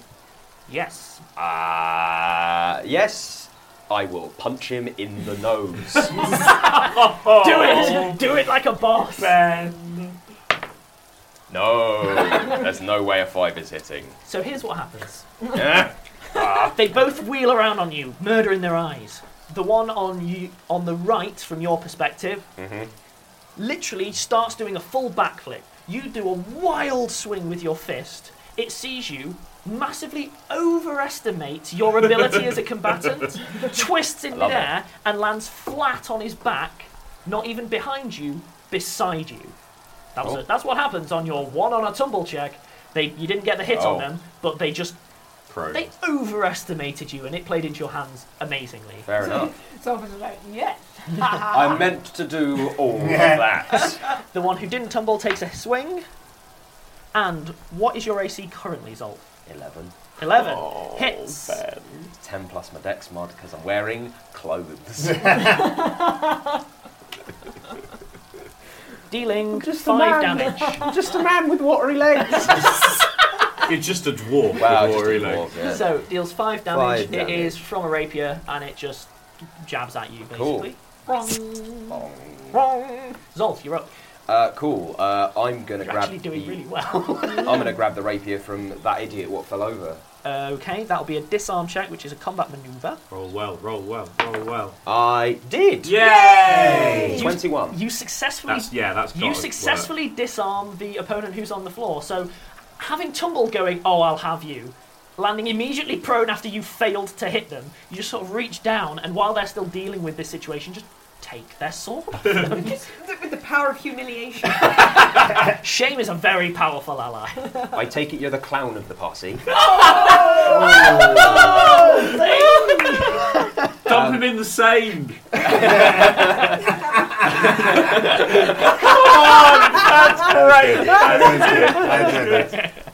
Speaker 5: Yes.
Speaker 6: Uh, yes, I will punch him in the nose.
Speaker 5: Do it! Do it like a boss!
Speaker 6: no, there's no way a five is hitting.
Speaker 5: So here's what happens.
Speaker 6: Eh?
Speaker 5: Ah, they both wheel around on you, murder in their eyes. The one on you on the right, from your perspective,
Speaker 6: Mm-hmm.
Speaker 5: literally starts doing a full backflip. You do a wild swing with your fist. It sees you, massively overestimates your ability as a combatant, twists in
Speaker 6: Love it.
Speaker 5: midair, and lands flat on his back, not even behind you, beside you. That was
Speaker 6: Oh.
Speaker 5: it. That's what happens on your one on a tumble check. They, you didn't get the hit
Speaker 6: Oh.
Speaker 5: on them, but they just
Speaker 6: Pro.
Speaker 5: they overestimated you, and it played into your hands amazingly.
Speaker 6: Fair enough.
Speaker 7: Zolf is like, yes.
Speaker 6: I meant to do all of that.
Speaker 5: The one who didn't tumble takes a swing. And what is your AC currently, Zolf?
Speaker 6: 11.
Speaker 5: 11.
Speaker 6: Oh,
Speaker 5: Hits.
Speaker 6: 10 plus my dex mod because I'm wearing clothes.
Speaker 5: Dealing
Speaker 9: just a
Speaker 5: five
Speaker 9: man.
Speaker 5: damage.
Speaker 9: just a man with watery legs.
Speaker 8: You're just a
Speaker 5: Oh,
Speaker 8: dwarf.
Speaker 6: Wow,
Speaker 8: with
Speaker 6: just a
Speaker 8: Rory
Speaker 6: dwarf,
Speaker 8: Lake.
Speaker 6: yeah.
Speaker 5: So, deals five damage.
Speaker 6: Five
Speaker 5: It is
Speaker 6: damage.
Speaker 5: from a rapier, and it just jabs at you,
Speaker 6: Cool.
Speaker 5: basically.
Speaker 7: Um,
Speaker 5: Wrong. Wrong. Zolf, you're up.
Speaker 6: Uh, cool. Uh, I'm gonna
Speaker 5: You're
Speaker 6: grab.
Speaker 5: actually doing
Speaker 6: the-
Speaker 5: really well.
Speaker 6: I'm gonna grab the rapier from that idiot. What fell over?
Speaker 5: okay, that'll be a disarm check, which is a combat maneuver.
Speaker 8: Roll well, roll well, roll well.
Speaker 6: I did.
Speaker 8: Yay!
Speaker 5: You-
Speaker 6: Twenty-one.
Speaker 5: You, successfully.
Speaker 8: That's, yeah, that's
Speaker 5: You
Speaker 8: gotta
Speaker 5: successfully disarm the opponent who's on the floor. So, having Tumble going, oh, I'll have you, landing immediately prone after you failed to hit them, you just sort of reach down, and while they're still dealing with this situation, just take their sword.
Speaker 7: Just th- with the power of humiliation.
Speaker 5: Shame is a very powerful ally.
Speaker 6: I take it you're the clown of the posse.
Speaker 5: Oh,
Speaker 8: work.
Speaker 5: um,
Speaker 8: Dump him in the Seine.
Speaker 6: well,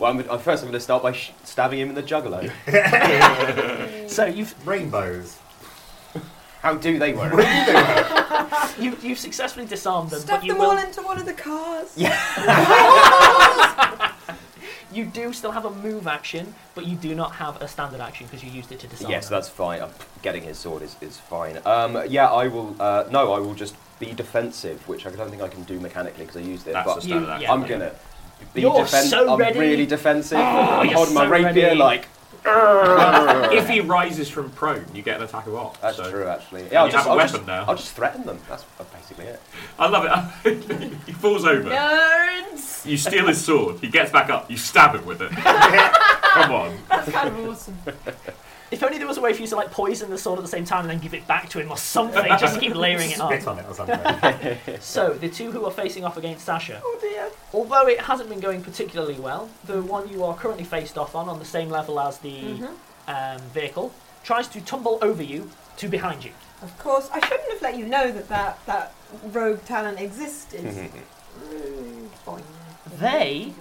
Speaker 6: I'm, I'm- first I'm gonna start by sh- stabbing him in the juggalo.
Speaker 5: so you've
Speaker 9: Rainbows.
Speaker 6: How do they work?
Speaker 5: you, you've successfully disarmed them,
Speaker 7: Stuff
Speaker 5: but you
Speaker 7: them
Speaker 5: will.
Speaker 7: all into one of the cars.
Speaker 5: You do still have a move action, but you do not have a standard action because you used it to disarm.
Speaker 6: yes,
Speaker 5: them.
Speaker 6: that's fine. I'm getting his sword is, is fine. Um, yeah, I will. Uh, no, I will just be defensive, which I don't think I can do mechanically because I used it.
Speaker 8: That's
Speaker 6: but
Speaker 8: a standard You- action.
Speaker 6: I'm gonna. Be
Speaker 5: You're
Speaker 6: defen-
Speaker 5: so
Speaker 6: I'm
Speaker 5: ready. Oh,
Speaker 6: really defensive. I'm
Speaker 5: you're
Speaker 6: holding my
Speaker 5: so
Speaker 6: rapier
Speaker 5: ready.
Speaker 6: like
Speaker 8: if he rises from prone, you get an attack of op.
Speaker 6: That's
Speaker 8: so-
Speaker 6: true, actually.
Speaker 8: you
Speaker 6: Yeah, I'll
Speaker 8: have
Speaker 6: just,
Speaker 8: a
Speaker 6: I'll
Speaker 8: weapon
Speaker 6: just,
Speaker 8: now.
Speaker 6: I'll just threaten them. That's basically it.
Speaker 8: I love it. he falls over.
Speaker 7: Nerds.
Speaker 8: You steal his sword. He gets back up. You stab him with it. Come on.
Speaker 7: That's kind of awesome.
Speaker 5: If only there was a way for you to like poison the sword at the same time and then give it back to him or something. Just keep layering it
Speaker 9: Spit
Speaker 5: on
Speaker 9: on it or something.
Speaker 5: so the two who are facing off against Sasha. Oh dear. Although it hasn't been going particularly well, the one you are currently faced off on, on the same level as the
Speaker 7: Mhm.
Speaker 8: Mm-hmm.
Speaker 5: um, vehicle, tries to tumble over you to behind you.
Speaker 7: Of course, I shouldn't have let you know that that, that rogue talent existed.
Speaker 5: Mm-hmm.
Speaker 7: Rude. Boing.
Speaker 5: They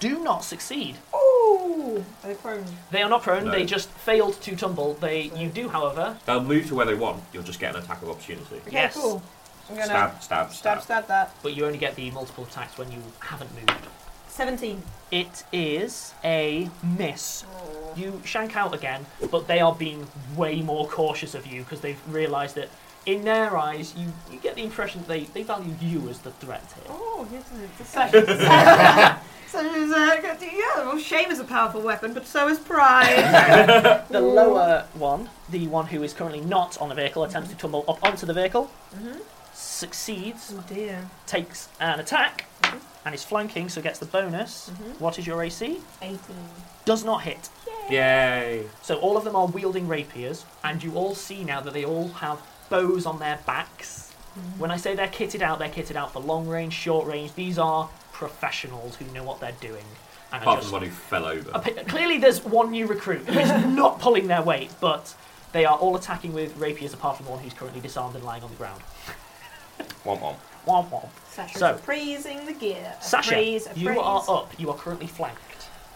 Speaker 5: do not succeed.
Speaker 7: Oh, are they prone?
Speaker 5: They are not prone.
Speaker 8: No.
Speaker 5: They just failed to tumble. They, you do, however,
Speaker 8: They'll move to where they want. You'll just get an attack of opportunity.
Speaker 7: Okay, cool. I'm gonna
Speaker 8: Stab, stab,
Speaker 7: stab,
Speaker 8: stab.
Speaker 7: stab that.
Speaker 5: but you only get the multiple attacks when you haven't moved.
Speaker 7: 17.
Speaker 5: It is a miss.
Speaker 7: Oh.
Speaker 5: You shank out again, but they are being way more cautious of you because they've realised that in their eyes, you, you get the impression that they, they value you as the threat here.
Speaker 7: Oh, yes, it's a second. so is that good? Yeah, well, shame is a powerful weapon, but so is pride.
Speaker 5: The lower one, the one who is currently not on the vehicle, attempts to tumble up onto the vehicle,
Speaker 7: Mhm.
Speaker 5: succeeds,
Speaker 7: oh dear. Mm-hmm.
Speaker 5: takes an attack, and is flanking, so gets the bonus. What is your AC?
Speaker 7: 18.
Speaker 5: Does not hit.
Speaker 8: Yay.
Speaker 5: So all of them are wielding rapiers, and you all see now that they all have bows on their backs. When I say they're kitted out, they're kitted out for long range, short range. These are professionals who know what they're doing. And are
Speaker 8: Apart from
Speaker 5: just...
Speaker 8: the one who fell over.
Speaker 5: Appa- Clearly, there's one new recruit who's not pulling their weight, but they are all attacking with rapiers, apart from the one who's currently disarmed and lying on the ground.
Speaker 11: Womp womp.
Speaker 5: Womp womp.
Speaker 7: Sasha's
Speaker 5: So-
Speaker 7: appraising the gear.
Speaker 5: Sasha,
Speaker 7: Appraise,
Speaker 5: you
Speaker 7: appraise.
Speaker 5: are up. You are currently flanked.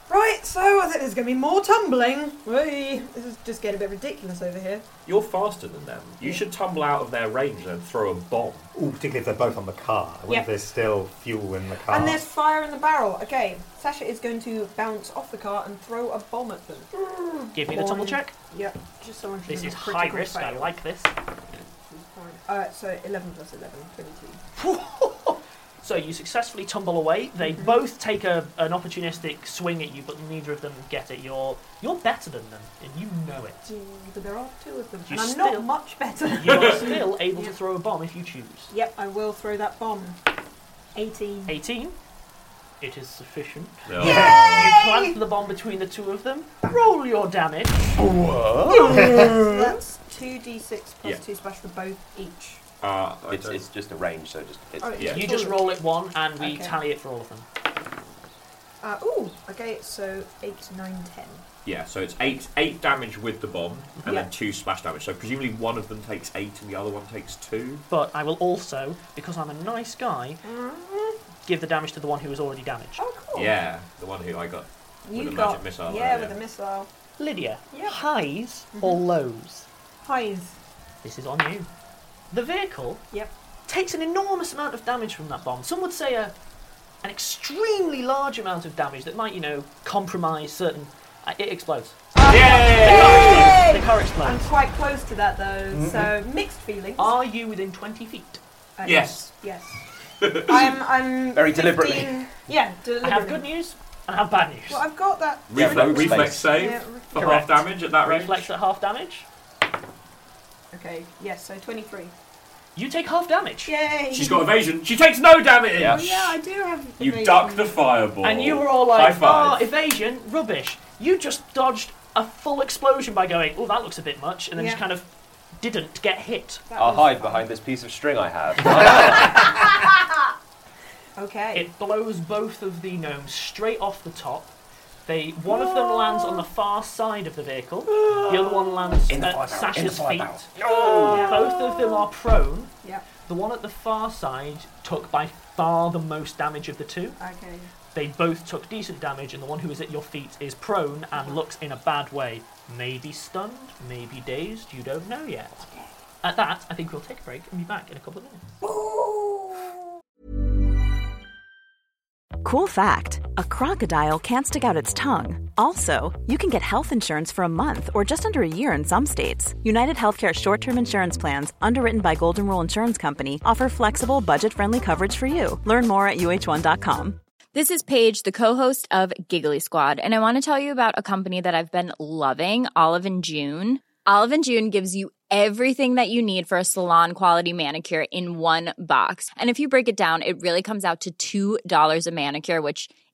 Speaker 7: Right, so I think there's going to be more tumbling. Whee. This is just getting a bit ridiculous over here.
Speaker 8: You're faster than them. You should tumble out of their range and throw a bomb.
Speaker 9: Ooh, particularly if they're both on the car. I wonder
Speaker 7: Yeah.
Speaker 9: if there's still fuel in the car.
Speaker 5: Ah.
Speaker 7: And there's fire in the barrel. Okay, Sasha is going to bounce off the car and throw a bomb at them.
Speaker 5: Give me the tumble check.
Speaker 7: Yep, just so I can
Speaker 5: This
Speaker 7: do
Speaker 5: is
Speaker 7: a
Speaker 5: high
Speaker 7: critical
Speaker 5: risk. I
Speaker 7: fail.
Speaker 5: like this.
Speaker 7: Uh, so 11 plus 11, 22.
Speaker 5: So you successfully tumble away. They
Speaker 7: Mm-hmm.
Speaker 5: both take a, an opportunistic swing at you, but neither of them get it. You're you're better than them, and you know it.
Speaker 7: But there are two of them.
Speaker 5: You
Speaker 7: and I'm
Speaker 5: still-
Speaker 7: not much better.
Speaker 5: You are still able to throw a bomb if you choose.
Speaker 7: Yep, I will throw that bomb. 18.
Speaker 5: 18. It is sufficient.
Speaker 8: No.
Speaker 5: You plant the bomb between the two of them. Roll your damage.
Speaker 7: So that's 2d6 plus
Speaker 11: Yeah.
Speaker 7: 2 splash for both each.
Speaker 8: Uh, I
Speaker 11: It's,
Speaker 8: don't-
Speaker 11: it's just a range, so just it's,
Speaker 7: Oh,
Speaker 11: yeah.
Speaker 5: You just roll it one, and we
Speaker 7: Okay.
Speaker 5: tally it for all of them.
Speaker 7: Uh, ooh, okay, so 8, 9, 10.
Speaker 8: yeah, so it's eight eight damage with the bomb, and
Speaker 7: Yeah.
Speaker 8: then two splash damage. So presumably one of them takes eight and the other one takes two.
Speaker 5: But I will also, because I'm a nice guy, give the damage to the one who is already damaged.
Speaker 7: Mm-hmm. Oh, cool.
Speaker 8: Yeah, the one who I got
Speaker 7: You
Speaker 8: with a
Speaker 7: got,
Speaker 8: magic missile.
Speaker 7: Yeah,
Speaker 8: earlier.
Speaker 7: with a missile.
Speaker 5: Lydia,
Speaker 7: Yep.
Speaker 5: highs
Speaker 7: Mm-hmm.
Speaker 5: or lows?
Speaker 7: Highs.
Speaker 5: This is on you. The vehicle
Speaker 7: Yep.
Speaker 5: takes an enormous amount of damage from that bomb. Some would say a, an extremely large amount of damage that might, you know, compromise certain. Uh, it explodes.
Speaker 7: Yay!
Speaker 5: The car
Speaker 7: I'm
Speaker 5: explodes.
Speaker 7: quite close to that though, so mixed feelings.
Speaker 5: Are you within 20 feet?
Speaker 7: Uh,
Speaker 8: Yes.
Speaker 7: Yes. I'm. I'm.
Speaker 11: Very deliberately.
Speaker 7: 15 Yeah, deliberately.
Speaker 5: I have good news and I have bad news.
Speaker 7: Well, I've got that.
Speaker 8: Reflex,
Speaker 11: Reflex
Speaker 8: reflex
Speaker 11: space.
Speaker 8: save
Speaker 7: Yeah,
Speaker 8: for half
Speaker 5: correct.
Speaker 8: damage at that range.
Speaker 5: Reflex at half damage.
Speaker 7: Okay. Yes. So 23.
Speaker 5: You take half damage.
Speaker 7: Yay.
Speaker 8: She's got evasion. She takes no damage.
Speaker 7: Oh, yeah, I do have.
Speaker 8: You
Speaker 7: evasion.
Speaker 8: duck the fireball.
Speaker 5: And you were all like,
Speaker 8: High
Speaker 5: oh,
Speaker 8: five.
Speaker 5: evasion, rubbish. You just dodged a full explosion by going, oh, that looks a bit much, and then just
Speaker 7: Yeah.
Speaker 5: kind of didn't get hit.
Speaker 7: That
Speaker 11: I'll
Speaker 7: was
Speaker 11: hide
Speaker 7: fun.
Speaker 11: behind this piece of string I have.
Speaker 7: Okay.
Speaker 5: It blows both of the gnomes straight off the top. They one of them lands on the far side of the vehicle. The other one lands
Speaker 11: In the
Speaker 5: at
Speaker 11: fire barrel, in the
Speaker 5: Sasha's
Speaker 11: fire
Speaker 5: feet.
Speaker 11: barrel.
Speaker 5: Both of them are prone.
Speaker 7: Yep.
Speaker 5: The one at the far side took by far the most damage of the two.
Speaker 7: Okay.
Speaker 5: They both took decent damage, and the one who is at your feet is prone and looks in a bad way. Maybe stunned, maybe dazed, you don't know yet. At that, I think we'll take a break and be back in a couple of minutes.
Speaker 12: Cool fact a crocodile can't stick out its tongue. Also, you can get health insurance for a month or just under a year in some states. United Healthcare short term insurance plans, underwritten by Golden Rule Insurance Company, offer flexible, budget friendly coverage for you. Learn more at uh1.com.
Speaker 13: This is Paige, the co-host of Giggly Squad, and I want to tell you about a company that I've been loving, Olive and June. Olive and June gives you everything that you need for a salon quality manicure in one box. And if you break it down, it really comes out to $2 a manicure, which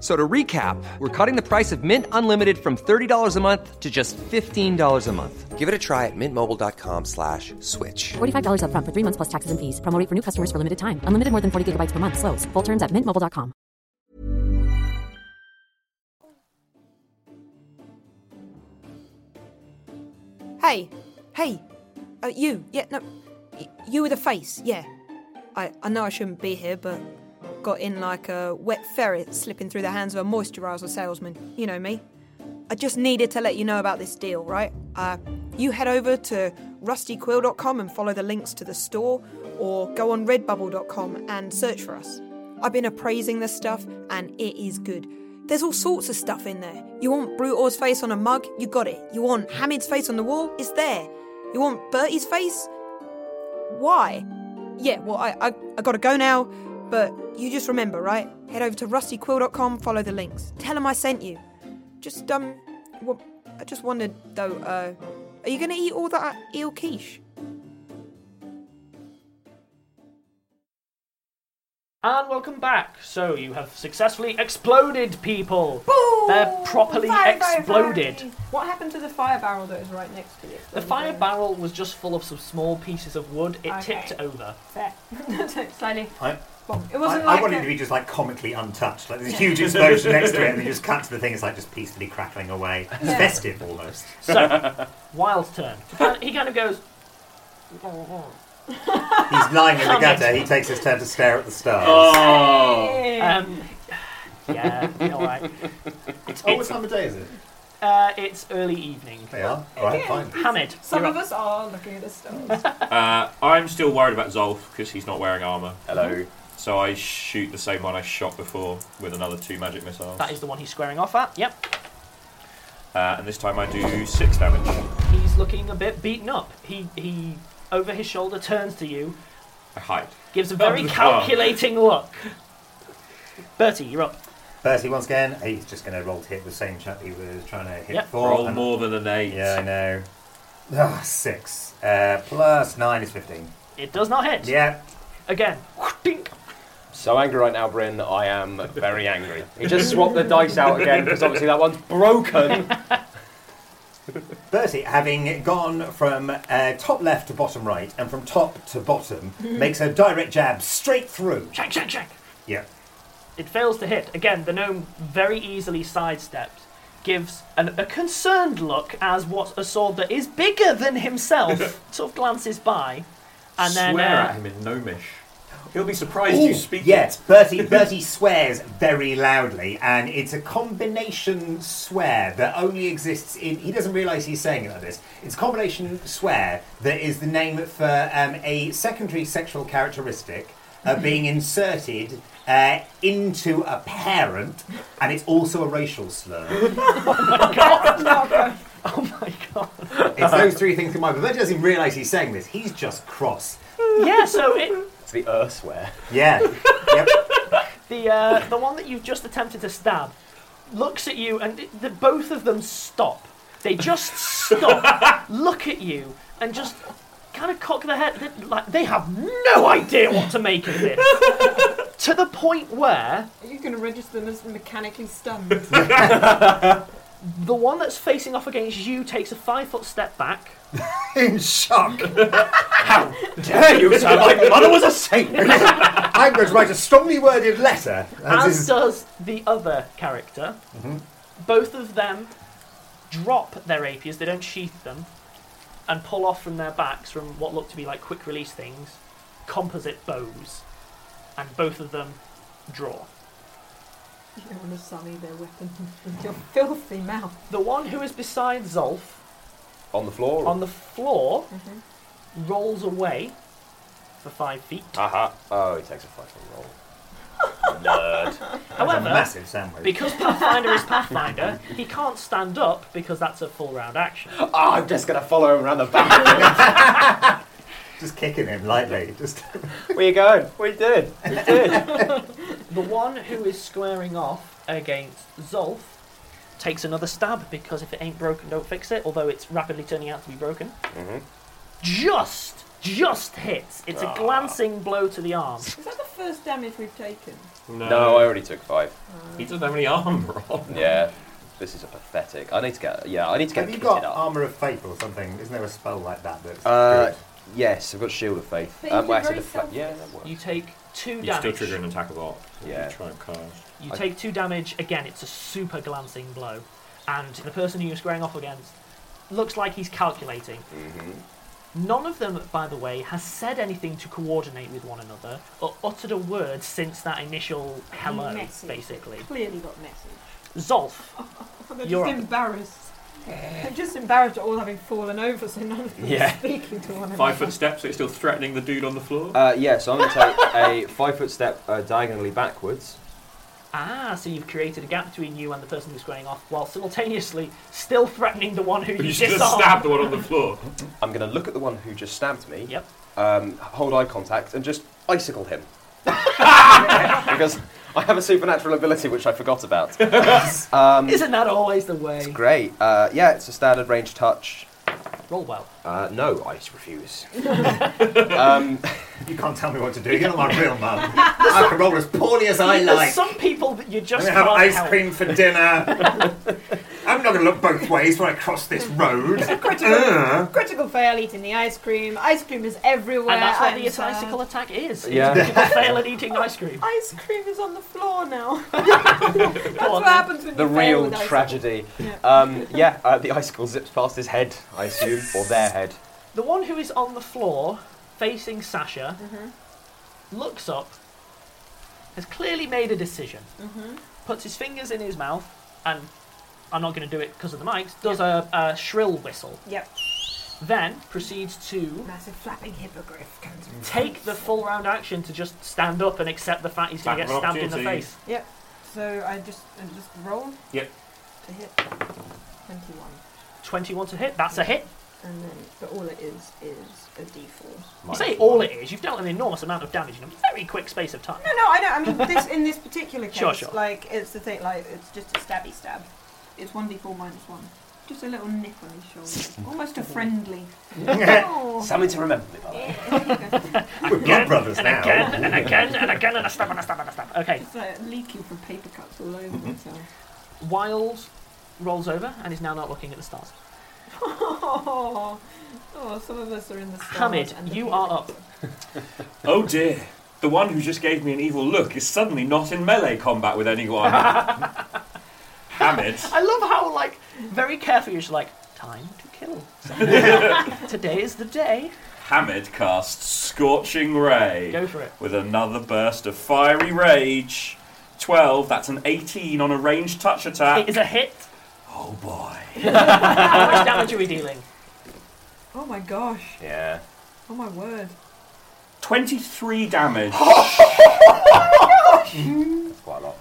Speaker 1: So to recap, we're cutting the price of Mint Unlimited from $30 a month to just $15 a month. Give it a try at mintmobile.com slash switch.
Speaker 2: $45 up front for three months plus taxes and fees. Promo rate for new customers for limited time. Unlimited more than 40 gigabytes per month. Slows. Full terms at mintmobile.com.
Speaker 14: Hey, hey, uh, you, yeah, no, y- you with a face, yeah. I, I know I shouldn't be here, but got in like a wet ferret slipping through the hands of a moisturiser salesman. You know me. I just needed to let you know about this deal, right? Uh, you head over to rustyquill.com and follow the links to the store, or go on redbubble.com and search for us. I've been appraising the stuff, and it is good. There's all sorts of stuff in there. You want Brutor's face on a mug? You got it. You want Hamid's face on the wall? It's there. You want Bertie's face? Why? Yeah, well, I, I, I gotta go now, but you just remember, right? Head over to rustyquill.com, follow the links. Tell them I sent you. Just, um, well, I just wondered, though, uh, are you gonna eat all that eel quiche?
Speaker 5: And welcome back. So you have successfully exploded people. They're properly
Speaker 7: Fire, fire,
Speaker 5: exploded.
Speaker 7: fire. What happened to the fire barrel that was right next to you?
Speaker 5: The fire barrel was just full of some small pieces of wood. It
Speaker 7: Okay.
Speaker 5: tipped over.
Speaker 7: Slightly.
Speaker 9: I,
Speaker 7: It wasn't
Speaker 9: I, I
Speaker 7: like
Speaker 9: wanted
Speaker 7: a-
Speaker 9: it to be just like comically untouched. Like there's a
Speaker 7: Yeah.
Speaker 9: huge explosion next to it, and they just cut to the thing. It's like just peacefully crackling away. It's
Speaker 5: Yeah.
Speaker 9: festive almost.
Speaker 5: So, Wild's turn. He kind of goes.
Speaker 9: he's lying in the
Speaker 5: Come
Speaker 9: gutter.
Speaker 5: on.
Speaker 9: He takes his turn to stare at the stars.
Speaker 5: Oh. Um, yeah, all right.
Speaker 9: Oh, what time of day is it?
Speaker 5: Uh, it's early evening.
Speaker 9: They are. All right, fine.
Speaker 5: Hamid.
Speaker 7: Some of us are looking at the stars.
Speaker 8: Uh, I'm still worried about Zolf because he's not wearing armour.
Speaker 5: Mm-hmm.
Speaker 8: Hello. So I shoot the same one I shot before with another two magic missiles.
Speaker 5: That is the one he's squaring off at. Yep.
Speaker 8: Uh, and this time I do six damage.
Speaker 5: He's looking a bit beaten up. He he over his shoulder turns to you,
Speaker 8: I hide.
Speaker 5: gives a
Speaker 8: Under
Speaker 5: very
Speaker 8: the car.
Speaker 5: calculating look. Bertie, you're up.
Speaker 9: Bertie, once again, he's just going to roll to hit the same chap he was trying to hit
Speaker 5: Yep.
Speaker 9: for.
Speaker 8: Roll
Speaker 9: and-
Speaker 8: more than an eight.
Speaker 9: Yeah, I know. Ah, six. Uh, plus nine is 15.
Speaker 5: It does not hit.
Speaker 9: Yeah.
Speaker 5: Again.
Speaker 6: So angry right now, Bryn. I am very angry. He just swapped the dice out again because obviously that one's broken.
Speaker 9: Bertie, having gone from uh, top left to bottom right and from top to bottom,
Speaker 5: Mhm.
Speaker 9: makes a direct jab straight through.
Speaker 5: Shank, shank, shank.
Speaker 9: Yeah.
Speaker 5: It fails to hit. Again, the gnome very easily sidesteps, gives an, a concerned look as what a sword that is bigger than himself sort of glances by, and then
Speaker 8: Swear
Speaker 5: uh,
Speaker 8: at him in gnomish. He'll be surprised you
Speaker 9: Ooh,
Speaker 8: speak.
Speaker 9: Yes, Bertie, Bertie swears very loudly, and it's a combination swear that only exists in. He doesn't realise he's saying it like this. It's a combination swear that is the name for um, a secondary sexual characteristic uh,
Speaker 8: Mm-hmm.
Speaker 9: being inserted uh, into a parent, and it's also a racial slur. It's those three things combined. But Bertie doesn't realise he's saying this. He's just cross.
Speaker 5: yeah, so it,
Speaker 9: It's the earth swear. Yeah.
Speaker 5: the uh, the one that you've just attempted to stab looks at you, and the, both of them stop. They just stop, look at you, and just kind of cock their head. They, like they have no idea what to make of this. to the point where
Speaker 7: Are you going to register them as mechanically stunned?
Speaker 5: the one that's facing off against you takes a five foot step back.
Speaker 9: In shock.
Speaker 5: dare you, sir? My mother was a
Speaker 9: saint. I'm going to write a strongly worded letter. That
Speaker 5: As
Speaker 9: is-
Speaker 5: does the other character.
Speaker 6: Mm-hmm.
Speaker 9: Mhm.
Speaker 5: Both of them drop their rapiers, they don't sheath them, and pull off from their backs from what look to be like quick release things, composite bows. And both of them draw.
Speaker 7: you don't want to sully their weapon with your filthy mouth.
Speaker 5: The one who is beside Zolf
Speaker 6: On the floor.
Speaker 5: on the floor rolls away for five feet.
Speaker 6: Aha. Oh, he takes a fucking roll. Nerd.
Speaker 5: However, because Pathfinder is Pathfinder, he can't stand up because that's a full round action.
Speaker 6: Oh, I'm just gonna follow him around the back.
Speaker 9: just kicking him lightly. Just
Speaker 6: Where you going? What you doing?
Speaker 5: The one who is squaring off against Zolf takes another stab because if it ain't broken, don't fix it. Although it's rapidly turning out to be broken.
Speaker 6: Mm-hmm.
Speaker 5: Just, just hits. It's
Speaker 6: Ah.
Speaker 5: a glancing blow to the arm.
Speaker 7: Is that the first damage we've taken?
Speaker 6: No. I already took five.
Speaker 8: He doesn't have any armor on.
Speaker 6: Yeah. This is a pathetic. I need to get. Yeah, I need to get
Speaker 9: Have you
Speaker 6: kitted
Speaker 9: got
Speaker 6: up.
Speaker 9: armour of faith or something? Isn't there a spell like that? That's
Speaker 6: Uh,
Speaker 9: good?
Speaker 6: yes, I've got shield of faith.
Speaker 5: But
Speaker 6: Um,
Speaker 5: you're
Speaker 6: well, actually,
Speaker 5: very
Speaker 6: the fa- yeah, that works.
Speaker 5: You take two
Speaker 8: You still
Speaker 5: damage.
Speaker 8: trigger an attack of art.
Speaker 6: Yeah.
Speaker 8: Try and cast.
Speaker 5: You
Speaker 6: I-
Speaker 5: take two damage again. It's a super glancing blow, and the person who you're squaring off against looks like he's calculating.
Speaker 9: Mm-hmm.
Speaker 5: None of them, by the way, has said anything to coordinate with one another or uttered a word since that initial hello,
Speaker 7: Message.
Speaker 5: basically.
Speaker 7: Clearly got message.
Speaker 5: Zolf.
Speaker 7: They're
Speaker 5: You're
Speaker 7: just
Speaker 5: up.
Speaker 7: embarrassed. They're just embarrassed at all having fallen over, so none of them
Speaker 8: Yeah.
Speaker 7: are speaking to one another.
Speaker 8: Five foot steps, so it's still threatening the dude on the floor.
Speaker 6: Uh, yeah, so I'm going to take a five foot step uh, diagonally backwards.
Speaker 5: Ah, so you've created a gap between you and the person who's squaring off, while simultaneously still threatening the one who you, disarmed.
Speaker 8: floor.
Speaker 6: I'm going to look at the one who just stabbed me.
Speaker 5: Yep.
Speaker 6: Um, hold eye contact and just icicle him. because I have a supernatural ability which I forgot about. um,
Speaker 5: Isn't that always the way?
Speaker 6: great? Uh, yeah, it's a standard range touch.
Speaker 5: Roll well.
Speaker 6: Uh, no, I just refuse. um,
Speaker 9: you can't tell me what to do. You're not my real mum. I can roll as poorly as I
Speaker 5: There's
Speaker 9: like.
Speaker 5: some people that you just
Speaker 9: I'm gonna have
Speaker 5: can't
Speaker 9: ice
Speaker 5: help.
Speaker 9: cream for dinner. I'm not going to look both ways when I cross this road.
Speaker 7: Critical,
Speaker 9: Uh.
Speaker 7: critical fail eating the ice cream. Ice cream is everywhere.
Speaker 5: And that's what
Speaker 7: I'm
Speaker 5: the
Speaker 7: sad.
Speaker 5: icicle attack is.
Speaker 6: Yeah.
Speaker 5: People fail at eating ice cream.
Speaker 7: Ice cream is on the floor now. that's what happens when
Speaker 6: the
Speaker 7: you fail
Speaker 6: real
Speaker 7: with ice
Speaker 6: tragedy. Um, yeah, uh, the icicle zips past his head, I assume, or their head.
Speaker 5: The one who is on the floor, facing Sasha,
Speaker 15: Mm-hmm.
Speaker 5: looks up, has clearly made a decision,
Speaker 16: Mm-hmm.
Speaker 5: puts his fingers in his mouth, and I'm not going to do it because of the mics, does a, a shrill whistle.
Speaker 7: Yep.
Speaker 5: Then proceeds to
Speaker 7: Massive flapping hippogriff comes.
Speaker 15: Mm-hmm.
Speaker 5: take the full round action to just stand up and accept the fact he's going to
Speaker 8: Attack
Speaker 5: get
Speaker 8: of
Speaker 5: stabbed in the
Speaker 8: opportunity.
Speaker 5: face.
Speaker 7: Yep. So I just I just roll
Speaker 8: Yep.
Speaker 7: to hit.
Speaker 15: 21.
Speaker 5: 21 to hit. That's a hit.
Speaker 15: And then, but all it is is a d4.
Speaker 5: You say all it is. You've dealt an enormous amount of damage in a very quick space of time.
Speaker 7: No, no, I know. I mean, this in this particular case,
Speaker 5: Sure, sure.
Speaker 7: like it's the thing, like it's just a stabby stab. It's one d4 minus one. Just a little nip on his shoulder, almost a friendly. Oh.
Speaker 6: Something to remember me by.
Speaker 5: We're
Speaker 6: blood brothers
Speaker 5: and
Speaker 6: now.
Speaker 5: Again and again and again and a stab and a stab and a stab. Okay.
Speaker 15: It's like leaking from paper cups all over
Speaker 8: Mm-hmm.
Speaker 15: myself.
Speaker 5: Wild rolls over and is now not looking at the stars.
Speaker 15: Oh, oh, some of us are in the stars
Speaker 5: Hamid,
Speaker 15: and the
Speaker 5: you are up.
Speaker 8: Oh dear. The one who just gave me an evil look is suddenly not in melee combat with anyone. Hamid.
Speaker 5: I love how like very carefully you're just like time to kill. Today is the day.
Speaker 8: Hamid casts Scorching Ray.
Speaker 5: Go for it.
Speaker 8: With another burst of fiery rage. 12, that's an 18 on a ranged touch attack.
Speaker 5: It is a hit.
Speaker 8: Oh boy.
Speaker 5: How much damage are we dealing?
Speaker 15: Oh my gosh.
Speaker 8: Yeah.
Speaker 15: Oh my word.
Speaker 8: 23 damage. Quite a lot.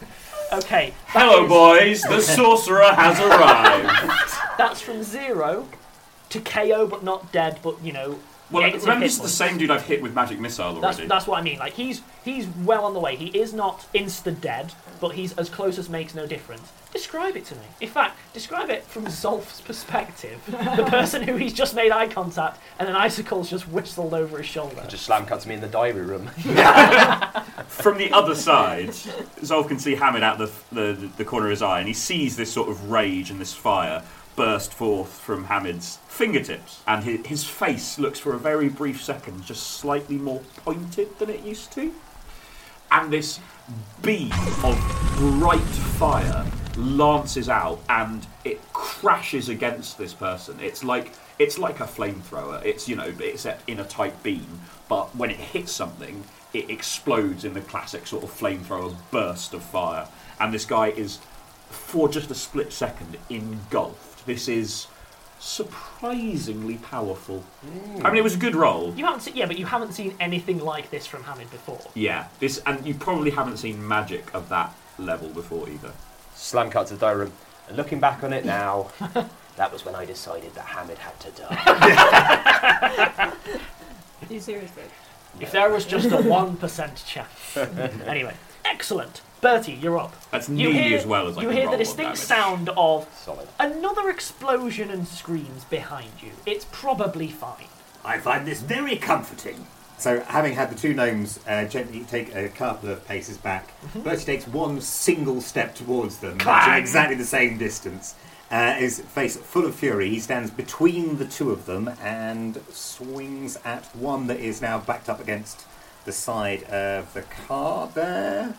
Speaker 5: Okay.
Speaker 8: Hello, boys. The sorcerer has arrived.
Speaker 5: That's from zero to KO, but not dead, but you know.
Speaker 8: Well,
Speaker 5: negative
Speaker 8: remember,
Speaker 5: hit
Speaker 8: this is the
Speaker 5: points.
Speaker 8: same dude I've hit with magic missile
Speaker 5: That's,
Speaker 8: already.
Speaker 5: that's what I mean. Like he's he's well on the way. He is not insta dead, but he's as close as makes no difference. Describe it to me. In fact, describe it from Zolf's perspective, the person who he's just made eye contact, and an icicle's just whistled over his shoulder.
Speaker 6: Just slam cut to me in the diary room.
Speaker 8: From the other side, Zolf can see Hamid out the, the the corner of his eye, and he sees this sort of rage and this fire burst forth from Hamid's fingertips, and his, his face looks for a very brief second just slightly more pointed than it used to, and this beam of bright fire lances out, and it crashes against this person. It's like it's like a flamethrower. It's you know, except in a tight beam, but when it hits something, it explodes in the classic sort of flamethrower burst of fire. And this guy is, for just a split second, engulfed. This is surprisingly powerful. I mean, it was a good roll.
Speaker 5: You haven't seen, yeah, but you haven't seen anything like this from Hamid before.
Speaker 8: Yeah, this, and you probably haven't seen magic of that level before either.
Speaker 6: Slam cut to the diary room. And looking back on it now, that was when I decided that Hamid had to die.
Speaker 15: Are you serious, babe?
Speaker 5: If there was just a one percent chance. anyway, excellent. Bertie, you're up.
Speaker 8: That's
Speaker 5: You
Speaker 8: nearly
Speaker 5: hear-
Speaker 8: as well as I
Speaker 5: you
Speaker 8: can
Speaker 5: hear
Speaker 8: roll
Speaker 5: the
Speaker 8: on
Speaker 5: distinct
Speaker 8: damage.
Speaker 5: sound of another explosion and screams behind you. It's probably fine.
Speaker 9: I find this very comforting. So, having had the two gnomes uh, gently take a couple of paces back, Bertie takes one single step towards them,
Speaker 5: Clang!
Speaker 9: reaching exactly the same distance. Uh, his face full of fury, he stands between the two of them and swings at one that is now backed up against the side of the car there.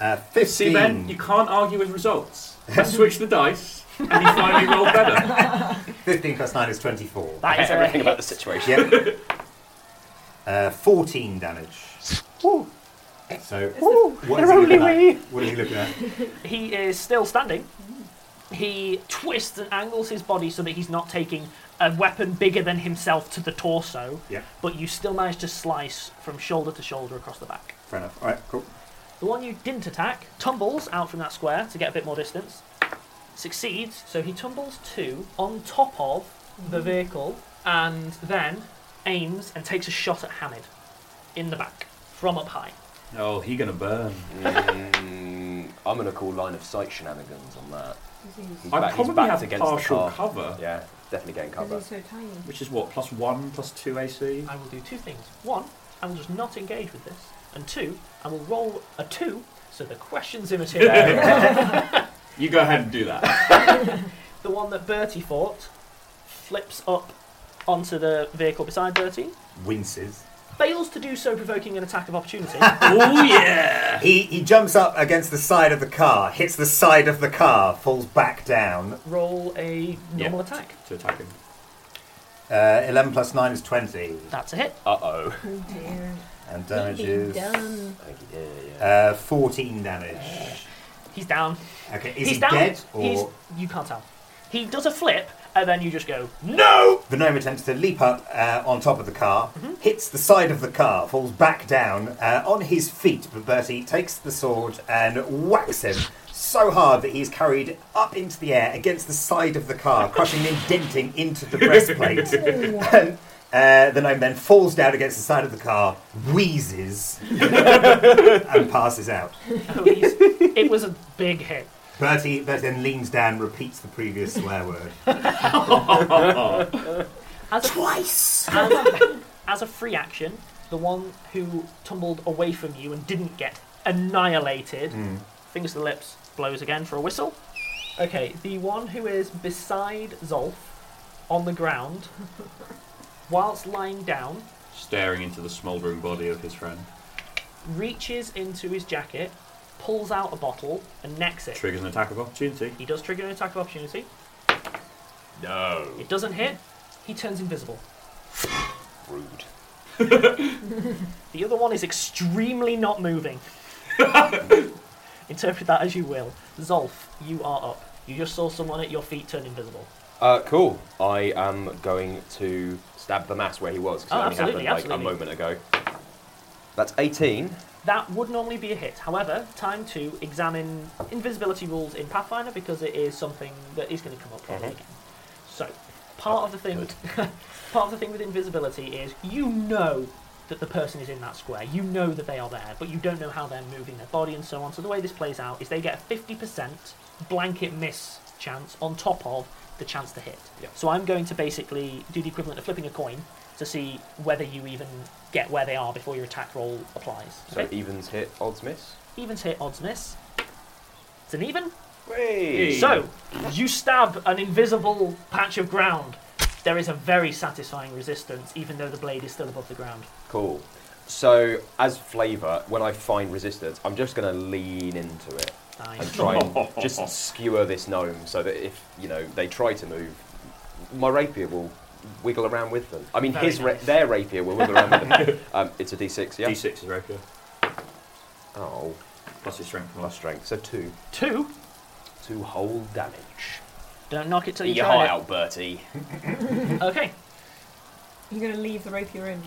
Speaker 9: Uh, 15.
Speaker 8: See, Ben, you can't argue with results. I switched the dice, and he finally rolled better.
Speaker 9: 15 plus 9 is 24.
Speaker 8: That is a Everything hit. about the
Speaker 9: situation. Yep. Uh, 14 damage. So, what is
Speaker 5: they're
Speaker 9: he looking
Speaker 5: only
Speaker 9: at? What is he looking at?
Speaker 5: He is still standing. He twists and angles his body so that he's not taking a weapon bigger than himself to the torso,
Speaker 9: Yeah.
Speaker 5: but you still manage to slice from shoulder to shoulder across the back.
Speaker 9: Fair enough. Alright, cool.
Speaker 5: The one you didn't attack tumbles out from that square to get a bit more distance. Succeeds, so he tumbles two on top of
Speaker 15: Mm.
Speaker 5: the vehicle and then aims and takes a shot at Hamid in the back from up high.
Speaker 8: Oh, he gonna burn.
Speaker 6: Mm, I'm gonna call line of sight shenanigans on that. He's
Speaker 8: I
Speaker 6: back- he's
Speaker 8: probably
Speaker 6: backed
Speaker 8: have
Speaker 6: against the
Speaker 8: partial
Speaker 6: car.
Speaker 8: cover.
Speaker 6: Yeah, definitely getting cover.
Speaker 15: so tiny?
Speaker 8: Which is what, plus one, plus two AC?
Speaker 5: I will do two things. One, I will just not engage with this, and two, I will roll a two so the question's immaterial.
Speaker 8: You go ahead and do that.
Speaker 5: the one that Bertie fought flips up onto the vehicle beside Bertie,
Speaker 9: Winces.
Speaker 5: fails to do so, provoking an attack of opportunity.
Speaker 8: Uh.
Speaker 9: He, he jumps up against the side of the car, hits the side of the car, falls back down.
Speaker 5: Roll a normal attack.
Speaker 8: To attack him.
Speaker 9: Uh, 11 plus 9 is 20.
Speaker 5: That's a hit.
Speaker 9: Uh oh.
Speaker 15: Oh dear.
Speaker 9: And damage
Speaker 15: Getting
Speaker 9: is.
Speaker 15: done.
Speaker 9: Uh, 14 damage.
Speaker 5: He's down.
Speaker 9: Okay, is
Speaker 5: He's
Speaker 9: he
Speaker 5: down.
Speaker 9: dead? Or...
Speaker 5: He's, you can't tell. He does a flip, and then you just go,
Speaker 9: No! The gnome attempts to leap up uh, on top of the car,
Speaker 5: Mm-hmm.
Speaker 9: hits the side of the car, falls back down uh, on his feet, but Bertie takes the sword and whacks him so hard that he's carried up into the air against the side of the car, crushing and denting into the breastplate. and uh, the gnome then falls down against the side of the car, wheezes, and passes out.
Speaker 5: It was a big hit.
Speaker 9: Bertie, Bertie then leans down, repeats the previous swear word.
Speaker 5: As a, Twice! As a, as a free action, the one who tumbled away from you and didn't get annihilated,
Speaker 8: Hmm.
Speaker 9: Mm.
Speaker 5: fingers to the lips, blows again for a whistle. Okay, the one who is beside Zolf on the ground, whilst lying down,
Speaker 8: Staring into the smouldering body of his friend.
Speaker 5: reaches into his jacket, pulls out a bottle, and necks it.
Speaker 8: Triggers an attack of opportunity.
Speaker 5: He does trigger an attack of opportunity.
Speaker 8: No.
Speaker 5: It doesn't hit. He turns invisible.
Speaker 8: Rude.
Speaker 5: The other one is extremely not moving. Interpret that as you will. Zolf, you are up. You just saw someone at your feet turn invisible.
Speaker 6: Uh, cool. I am going to stab the mass where he was because
Speaker 5: Oh,
Speaker 6: it only
Speaker 5: absolutely,
Speaker 6: happened like
Speaker 5: absolutely.
Speaker 6: a moment ago. That's 18.
Speaker 5: That would normally be a hit. However, time to examine invisibility rules in Pathfinder because it is something that is going to come up probably
Speaker 6: Mhm.
Speaker 5: again. So, part of the thing, part of the thing with invisibility is you know that the person is in that square. You know that they are there, but you don't know how they're moving their body and so on. So the way this plays out is they get a fifty percent blanket miss chance on top of the chance to hit. So I'm going to basically do the equivalent of flipping a coin to see whether you even get where they are before your attack roll applies.
Speaker 6: So
Speaker 5: Okay?
Speaker 6: evens hit, odds miss.
Speaker 5: Evens hit, odds miss. It's an even.
Speaker 6: Hey.
Speaker 5: So, you stab an invisible patch of ground. There is a very satisfying resistance, even though the blade is still above the ground.
Speaker 6: Cool. So, as flavour, when I find resistance, I'm just going to lean into it
Speaker 5: Nice.
Speaker 6: and try and just skewer this gnome so that if you know they try to move, my rapier will wiggle around with them. I mean,
Speaker 8: Very
Speaker 6: his ra-
Speaker 8: nice.
Speaker 6: their rapier will wiggle around with them. Um, it's a D6, yeah.
Speaker 8: D6 is rapier.
Speaker 6: Oh,
Speaker 8: plus your strength.
Speaker 6: Plus strength. So two.
Speaker 5: Two.
Speaker 6: Two whole damage.
Speaker 5: Don't knock it till
Speaker 6: Eat
Speaker 5: you
Speaker 6: your
Speaker 5: try
Speaker 6: heart
Speaker 5: it.
Speaker 6: out, Bertie.
Speaker 5: Okay.
Speaker 15: You're going to leave the rapier in.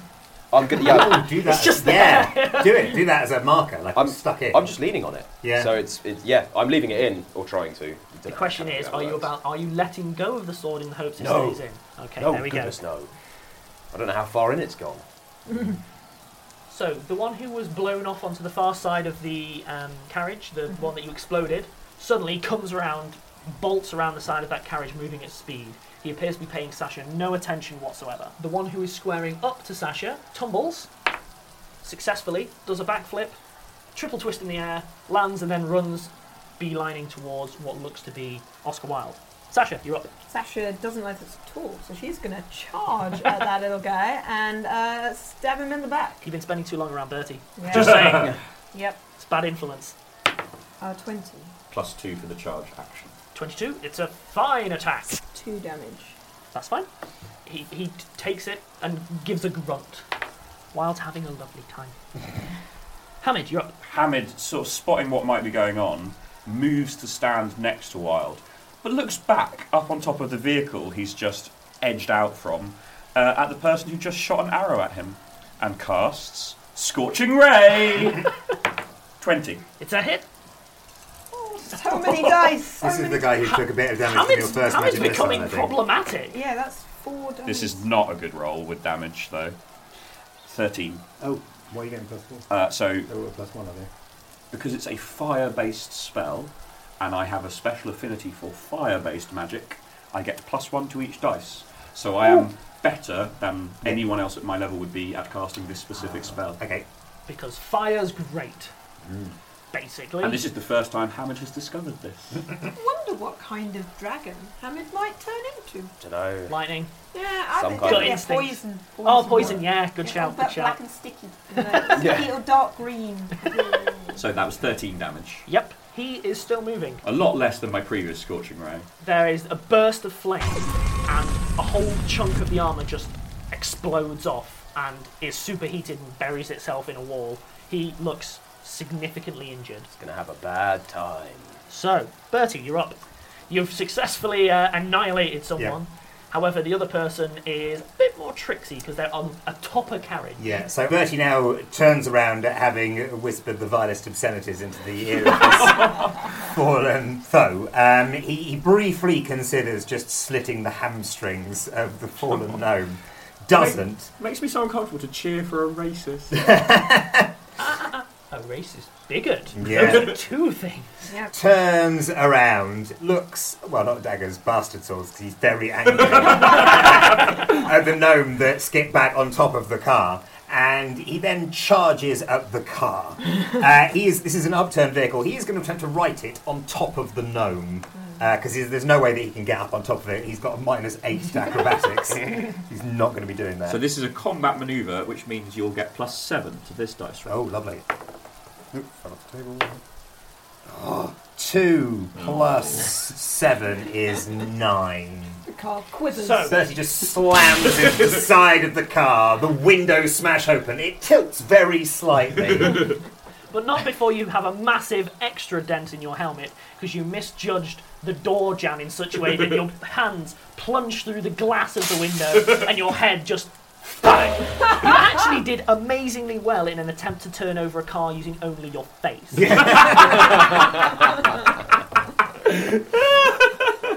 Speaker 6: I'm gonna yeah.
Speaker 15: Ooh, do that.
Speaker 9: It's just there. Yeah, do it. Do that as a marker, like
Speaker 6: I'm
Speaker 9: stuck in.
Speaker 6: I'm just leaning on it.
Speaker 9: Yeah.
Speaker 6: So it's, it's yeah. I'm leaving it in or trying to.
Speaker 5: The question is, are you about are you letting go of the sword in the hopes it
Speaker 6: No.
Speaker 5: stays in? Okay,
Speaker 6: no,
Speaker 5: there we go.
Speaker 6: goodness, no. I don't know how far in it's gone.
Speaker 5: So the one who was blown off onto the far side of the um, carriage, the one that you exploded, suddenly comes around, bolts around the side of that carriage, moving at speed. He appears to be paying Sasha no attention whatsoever. The one who is squaring up to Sasha tumbles successfully, does a backflip, triple twist in the air, lands, and then runs, beelining towards what looks to be Oscar Wilde. Sasha, you're up.
Speaker 15: Sasha doesn't like this at all, so she's going to charge at that little guy and uh, stab him in the back.
Speaker 5: You've been spending too long around Bertie.
Speaker 15: Yeah.
Speaker 5: Just saying.
Speaker 15: Yep,
Speaker 5: it's bad influence.
Speaker 15: uh, 20.
Speaker 8: Plus two for the charge action.
Speaker 5: 22, it's a fine attack.
Speaker 15: Two damage.
Speaker 5: That's fine. He, he t- takes it and gives a grunt whilst having a lovely time. Hamid, you're up.
Speaker 8: Hamid, sort of spotting what might be going on, moves to stand next to Wild, but looks back up on top of the vehicle he's just edged out from uh, at the person who just shot an arrow at him and casts Scorching Ray! 20.
Speaker 5: It's a hit.
Speaker 15: So many dice! So
Speaker 9: This is
Speaker 15: many
Speaker 9: the guy who took a bit of damage from your
Speaker 5: Hamid's,
Speaker 9: first
Speaker 5: Hamid's
Speaker 9: magic missile,
Speaker 5: becoming
Speaker 9: I think.
Speaker 5: problematic.
Speaker 15: Yeah, that's four damage.
Speaker 8: This is not a good roll with damage, though. 13.
Speaker 9: Oh, why are you getting plus four?
Speaker 8: Uh, so
Speaker 9: Oh, plus one, are they?
Speaker 8: because it's a fire based spell and I have a special affinity for fire based magic, I get plus one to each dice. So I am better than anyone else at my level would be at casting this specific spell.
Speaker 9: Ah, Okay. Mm.
Speaker 5: Because fire's great, basically.
Speaker 8: And this is the first time Hammond has discovered this.
Speaker 15: wonder what kind of dragon Hamid might turn into.
Speaker 6: Dunno.
Speaker 5: Lightning.
Speaker 15: Yeah, I
Speaker 6: Some
Speaker 7: Oh,
Speaker 15: think
Speaker 6: kind
Speaker 15: yeah,
Speaker 6: of-
Speaker 15: yeah,
Speaker 5: Instinct.
Speaker 15: poison, poison.
Speaker 5: Oh, poison, yeah, good shout,
Speaker 15: Black,
Speaker 5: good shout.
Speaker 15: black and sticky. You know, sticky
Speaker 8: Yeah.
Speaker 15: or dark green.
Speaker 8: So that was 13 damage.
Speaker 5: Yep, he is still moving.
Speaker 8: A lot less than my previous Scorching Ray.
Speaker 5: There is a burst of flame, and a whole chunk of the armour just explodes off and is superheated and buries itself in a wall. He looks significantly injured.
Speaker 6: It's gonna have a bad time.
Speaker 5: So, Bertie, you're up. You've successfully uh, annihilated someone. However, the other person is a bit more tricksy because they're on a topper carriage.
Speaker 9: Yeah, so Bertie now turns around at having whispered the vilest obscenities into the ear of this fallen foe, um, he, he briefly considers just slitting the hamstrings of the fallen gnome. Doesn't.
Speaker 8: Makes me so uncomfortable to cheer for a racist.
Speaker 5: A racist bigot.
Speaker 9: Yeah.
Speaker 5: Those are two things.
Speaker 7: Yeah.
Speaker 9: Turns around, looks well, not daggers, bastard swords, 'cause he's very angry at the gnome that skipped back on top of the car, and he then charges at the car. Uh, he is this is an upturned vehicle. He is going to attempt to right it on top of the gnome because there's no way that he can get up on top of it. He's got a minus eight to acrobatics. he's not going to be doing that.
Speaker 8: so this is a combat maneuver, which means you'll get plus seven to this dice
Speaker 9: Oh,
Speaker 8: roll.
Speaker 9: lovely. Oh, Two plus seven is nine.
Speaker 7: The car quivers.
Speaker 9: So he just slams into the side of the car. The windows smash open. It tilts very slightly.
Speaker 5: But not before you have a massive extra dent in your helmet because you misjudged the door jam in such a way that your hands plunge through the glass of the window and your head just. Bang! You actually did amazingly well in an attempt to turn over a car using only your face.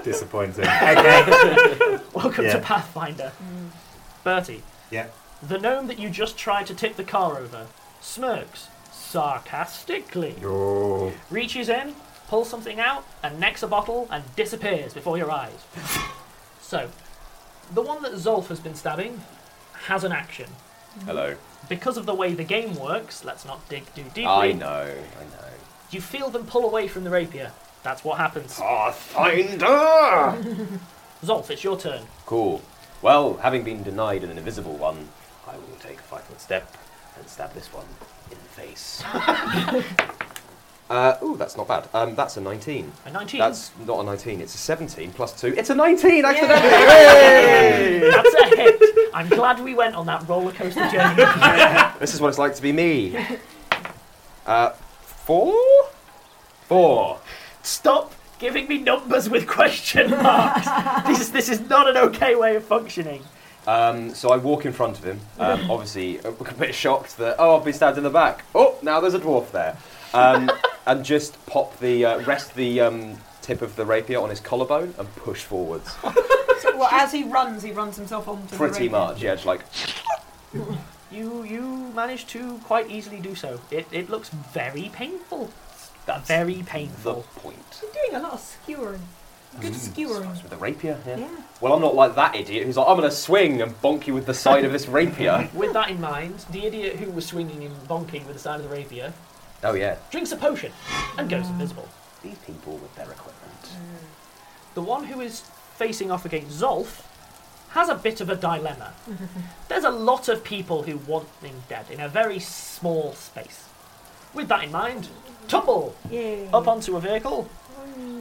Speaker 9: Disappointing. Okay.
Speaker 5: Welcome
Speaker 9: Yeah.
Speaker 5: to Pathfinder. Bertie.
Speaker 9: Yeah.
Speaker 5: The gnome that you just tried to tip the car over smirks sarcastically.
Speaker 9: Oh.
Speaker 5: reaches in, pulls something out, and necks a bottle and disappears before your eyes. so, the one that Zolf has been stabbing has an action.
Speaker 2: Hello.
Speaker 5: Because of the way the game works, let's not dig too deeply.
Speaker 2: I know, I know.
Speaker 5: You feel them pull away from the rapier. That's what happens.
Speaker 2: Pathfinder!
Speaker 5: Zolf, it's your turn.
Speaker 2: Cool. Well, having been denied an invisible one, I will take a five foot step and stab this one in the face.
Speaker 6: Uh, ooh, that's not bad. Um, that's a 19.
Speaker 5: A 19?
Speaker 6: That's not a 19, it's a 17 plus 2. It's a 19 accidentally! Hey!
Speaker 5: That's a hit. I'm glad we went on that roller coaster journey.
Speaker 6: This is what it's like to be me. Uh, four? Four.
Speaker 5: Stop giving me numbers with question marks. this, is, this is not an okay way of functioning.
Speaker 6: Um, so I walk in front of him, um, obviously a bit shocked that, oh, I've been stabbed in the back. Oh, now there's a dwarf there. Um, and just pop the, uh, rest the um, tip of the rapier on his collarbone and push forwards.
Speaker 7: So, well, as he runs, he runs himself onto the
Speaker 6: Pretty
Speaker 7: rapier.
Speaker 6: much, yeah, just like,
Speaker 5: You you managed to quite easily do so. It, it looks very painful.
Speaker 6: That's
Speaker 5: very painful.
Speaker 6: The point.
Speaker 7: You're doing a lot of skewering. Good
Speaker 9: Mm-hmm.
Speaker 7: skewering.
Speaker 6: With the rapier, yeah.
Speaker 7: Yeah.
Speaker 6: Well, I'm not like that idiot who's like, I'm going to swing and bonk you with the side of this rapier.
Speaker 5: With that in mind, the idiot who was swinging and bonking with the side of the rapier
Speaker 6: Oh, yeah.
Speaker 5: drinks a potion and goes invisible.
Speaker 6: These people with their equipment.
Speaker 5: The one who is facing off against Zolf has a bit of a dilemma. There's a lot of people who want him dead in a very small space. With that in mind, tumble
Speaker 7: Yay.
Speaker 5: up onto a vehicle,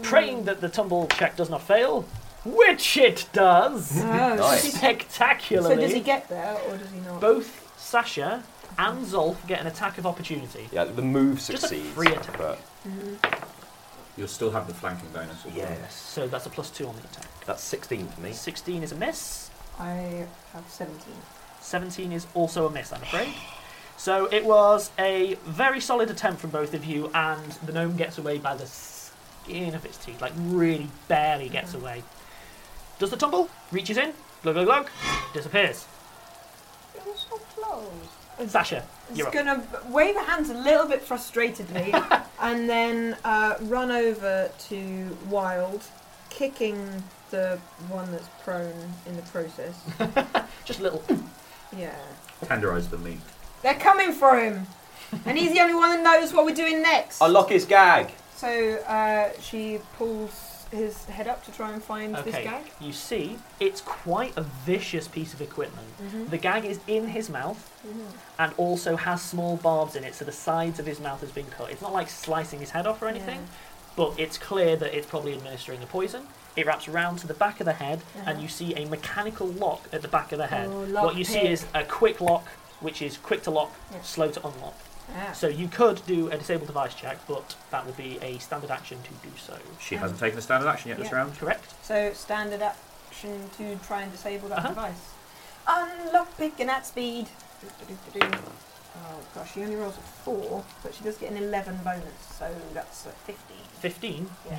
Speaker 5: praying that the tumble check does not fail, which it does
Speaker 7: Oh, Nice.
Speaker 5: spectacularly.
Speaker 7: So does he get there or does he not?
Speaker 5: Both Sasha and Zolf get an attack of opportunity.
Speaker 6: Yeah, the move
Speaker 5: Just a
Speaker 6: succeeds.
Speaker 5: free attack.
Speaker 6: But
Speaker 7: Mm-hmm.
Speaker 8: You'll still have the flanking bonus. as well.
Speaker 5: So that's a plus two on the attack.
Speaker 6: That's 16 for me.
Speaker 5: 16 is a miss.
Speaker 7: I have 17.
Speaker 5: 17 is also a miss, I'm afraid. So it was a very solid attempt from both of you, and the gnome gets away by the skin of its teeth. Like, really barely gets
Speaker 7: Mm-hmm.
Speaker 5: away. Does the tumble, reaches in, glug glug glug, disappears.
Speaker 7: It was so close.
Speaker 5: Sasha,
Speaker 7: He's
Speaker 5: you're up.
Speaker 7: gonna b- wave her hands a little bit frustratedly and then uh, run over to Wild, kicking the one that's prone in the process.
Speaker 5: Just little.
Speaker 7: Yeah.
Speaker 8: Tenderize the meat.
Speaker 7: They're coming for him! And he's the only one that knows what we're doing next!
Speaker 6: Unlock his gag!
Speaker 7: So uh, she pulls his head up to try and find this
Speaker 5: Okay,
Speaker 7: gag.
Speaker 5: you see, it's quite a vicious piece of equipment.
Speaker 7: Mhm.
Speaker 5: The gag is in his mouth, and also has small barbs in it, so the sides of his mouth has been cut. It's not like slicing his head off or anything, but it's clear that it's probably administering a poison. It wraps round to the back of the head, and you see a mechanical lock at the back of the head.
Speaker 7: Uh-huh. Oh, lock
Speaker 5: what you see
Speaker 7: pick.
Speaker 5: is a quick lock, which is quick to lock,
Speaker 7: Yeah.
Speaker 5: slow to unlock.
Speaker 7: Ah.
Speaker 5: So you could do a disabled device check, but that would be a standard action to do so.
Speaker 8: She hasn't taken a standard action yet this
Speaker 7: Yeah.
Speaker 8: round.
Speaker 5: Correct.
Speaker 7: So standard action to try and disable that
Speaker 5: Uh-huh.
Speaker 7: device. Unlock pick and at speed. Do, do, do, do, do. Oh gosh, she only rolls a four, but she does get an eleven bonus, so that's a fifteen.
Speaker 5: 15?
Speaker 7: Yeah.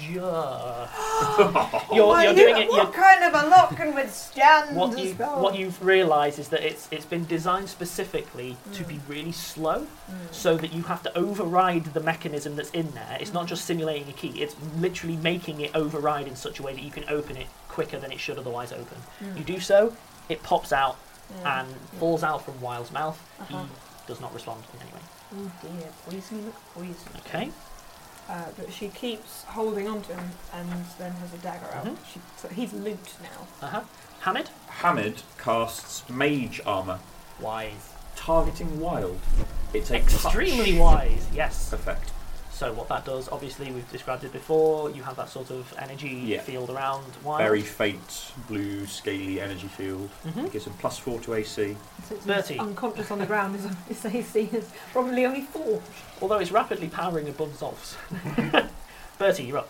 Speaker 5: Yeah.
Speaker 7: Why
Speaker 5: you're, you're
Speaker 7: you-
Speaker 5: doing it.
Speaker 7: What
Speaker 5: You're,
Speaker 7: kind of a lot can withstand
Speaker 5: what,
Speaker 7: a
Speaker 5: you,
Speaker 7: spell?
Speaker 5: what you've realised is that it's it's been designed specifically to
Speaker 7: Mm.
Speaker 5: be really slow, so that you have to override the mechanism that's in there. It's not just simulating a key; it's literally making it override in such a way that you can open it quicker than it should otherwise open.
Speaker 7: Mm.
Speaker 5: You do so, it pops out
Speaker 7: Yeah.
Speaker 5: and falls out from Wild's mouth.
Speaker 7: Uh-huh.
Speaker 5: He does not respond in any way.
Speaker 7: Oh dear, poison, look poison.
Speaker 5: Okay.
Speaker 7: Uh, but she keeps holding on to him and then has a dagger out.
Speaker 5: Mhm.
Speaker 7: She, so he's looped now.
Speaker 5: Uh-huh. Hamid?
Speaker 8: Hamid casts Mage Armour.
Speaker 5: Wise.
Speaker 8: Targeting Wild. It's a
Speaker 5: extremely
Speaker 8: clutch.
Speaker 5: wise. Yes.
Speaker 8: Effect.
Speaker 5: So what that does, obviously, we've described it before. You have that sort of energy
Speaker 8: Yeah.
Speaker 5: field around. Wild.
Speaker 8: Very faint blue scaly energy field.
Speaker 7: Mhm.
Speaker 5: Mm-hmm.
Speaker 8: It gives him plus four to AC.
Speaker 7: So it's
Speaker 5: Bertie.
Speaker 7: unconscious on the ground. His, his AC is probably only four.
Speaker 5: Although it's rapidly powering above Zolf's. Bertie, you're up.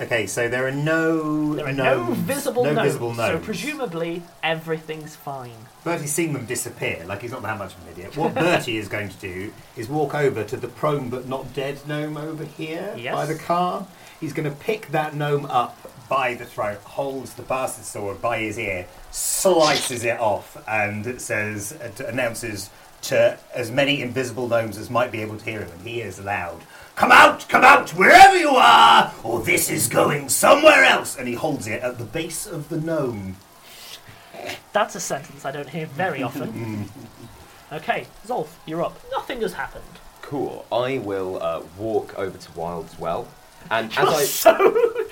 Speaker 9: Okay, so there are no
Speaker 5: There are
Speaker 9: gnomes,
Speaker 5: no
Speaker 6: um,
Speaker 5: visible
Speaker 9: no
Speaker 5: nodes,
Speaker 9: visible
Speaker 5: so
Speaker 9: gnomes.
Speaker 5: presumably everything's fine.
Speaker 9: Bertie's seen them disappear, like he's not that much of an idiot. What Bertie is going to do is walk over to the prone but not dead gnome over here
Speaker 5: Yes.
Speaker 9: by the car. He's going to pick that gnome up by the throat, holds the bastard sword by his ear, slices it off, and says, uh, t- announces to as many invisible gnomes as might be able to hear him, and he is loud. Come out, come out, wherever you are, or this is going somewhere else. And he holds it at the base of the gnome.
Speaker 5: That's a sentence I don't hear very often. okay, Zolf, you're up. Nothing has happened.
Speaker 6: Cool. I will uh, walk over to Wild's Well, and as
Speaker 5: You're
Speaker 6: I
Speaker 5: so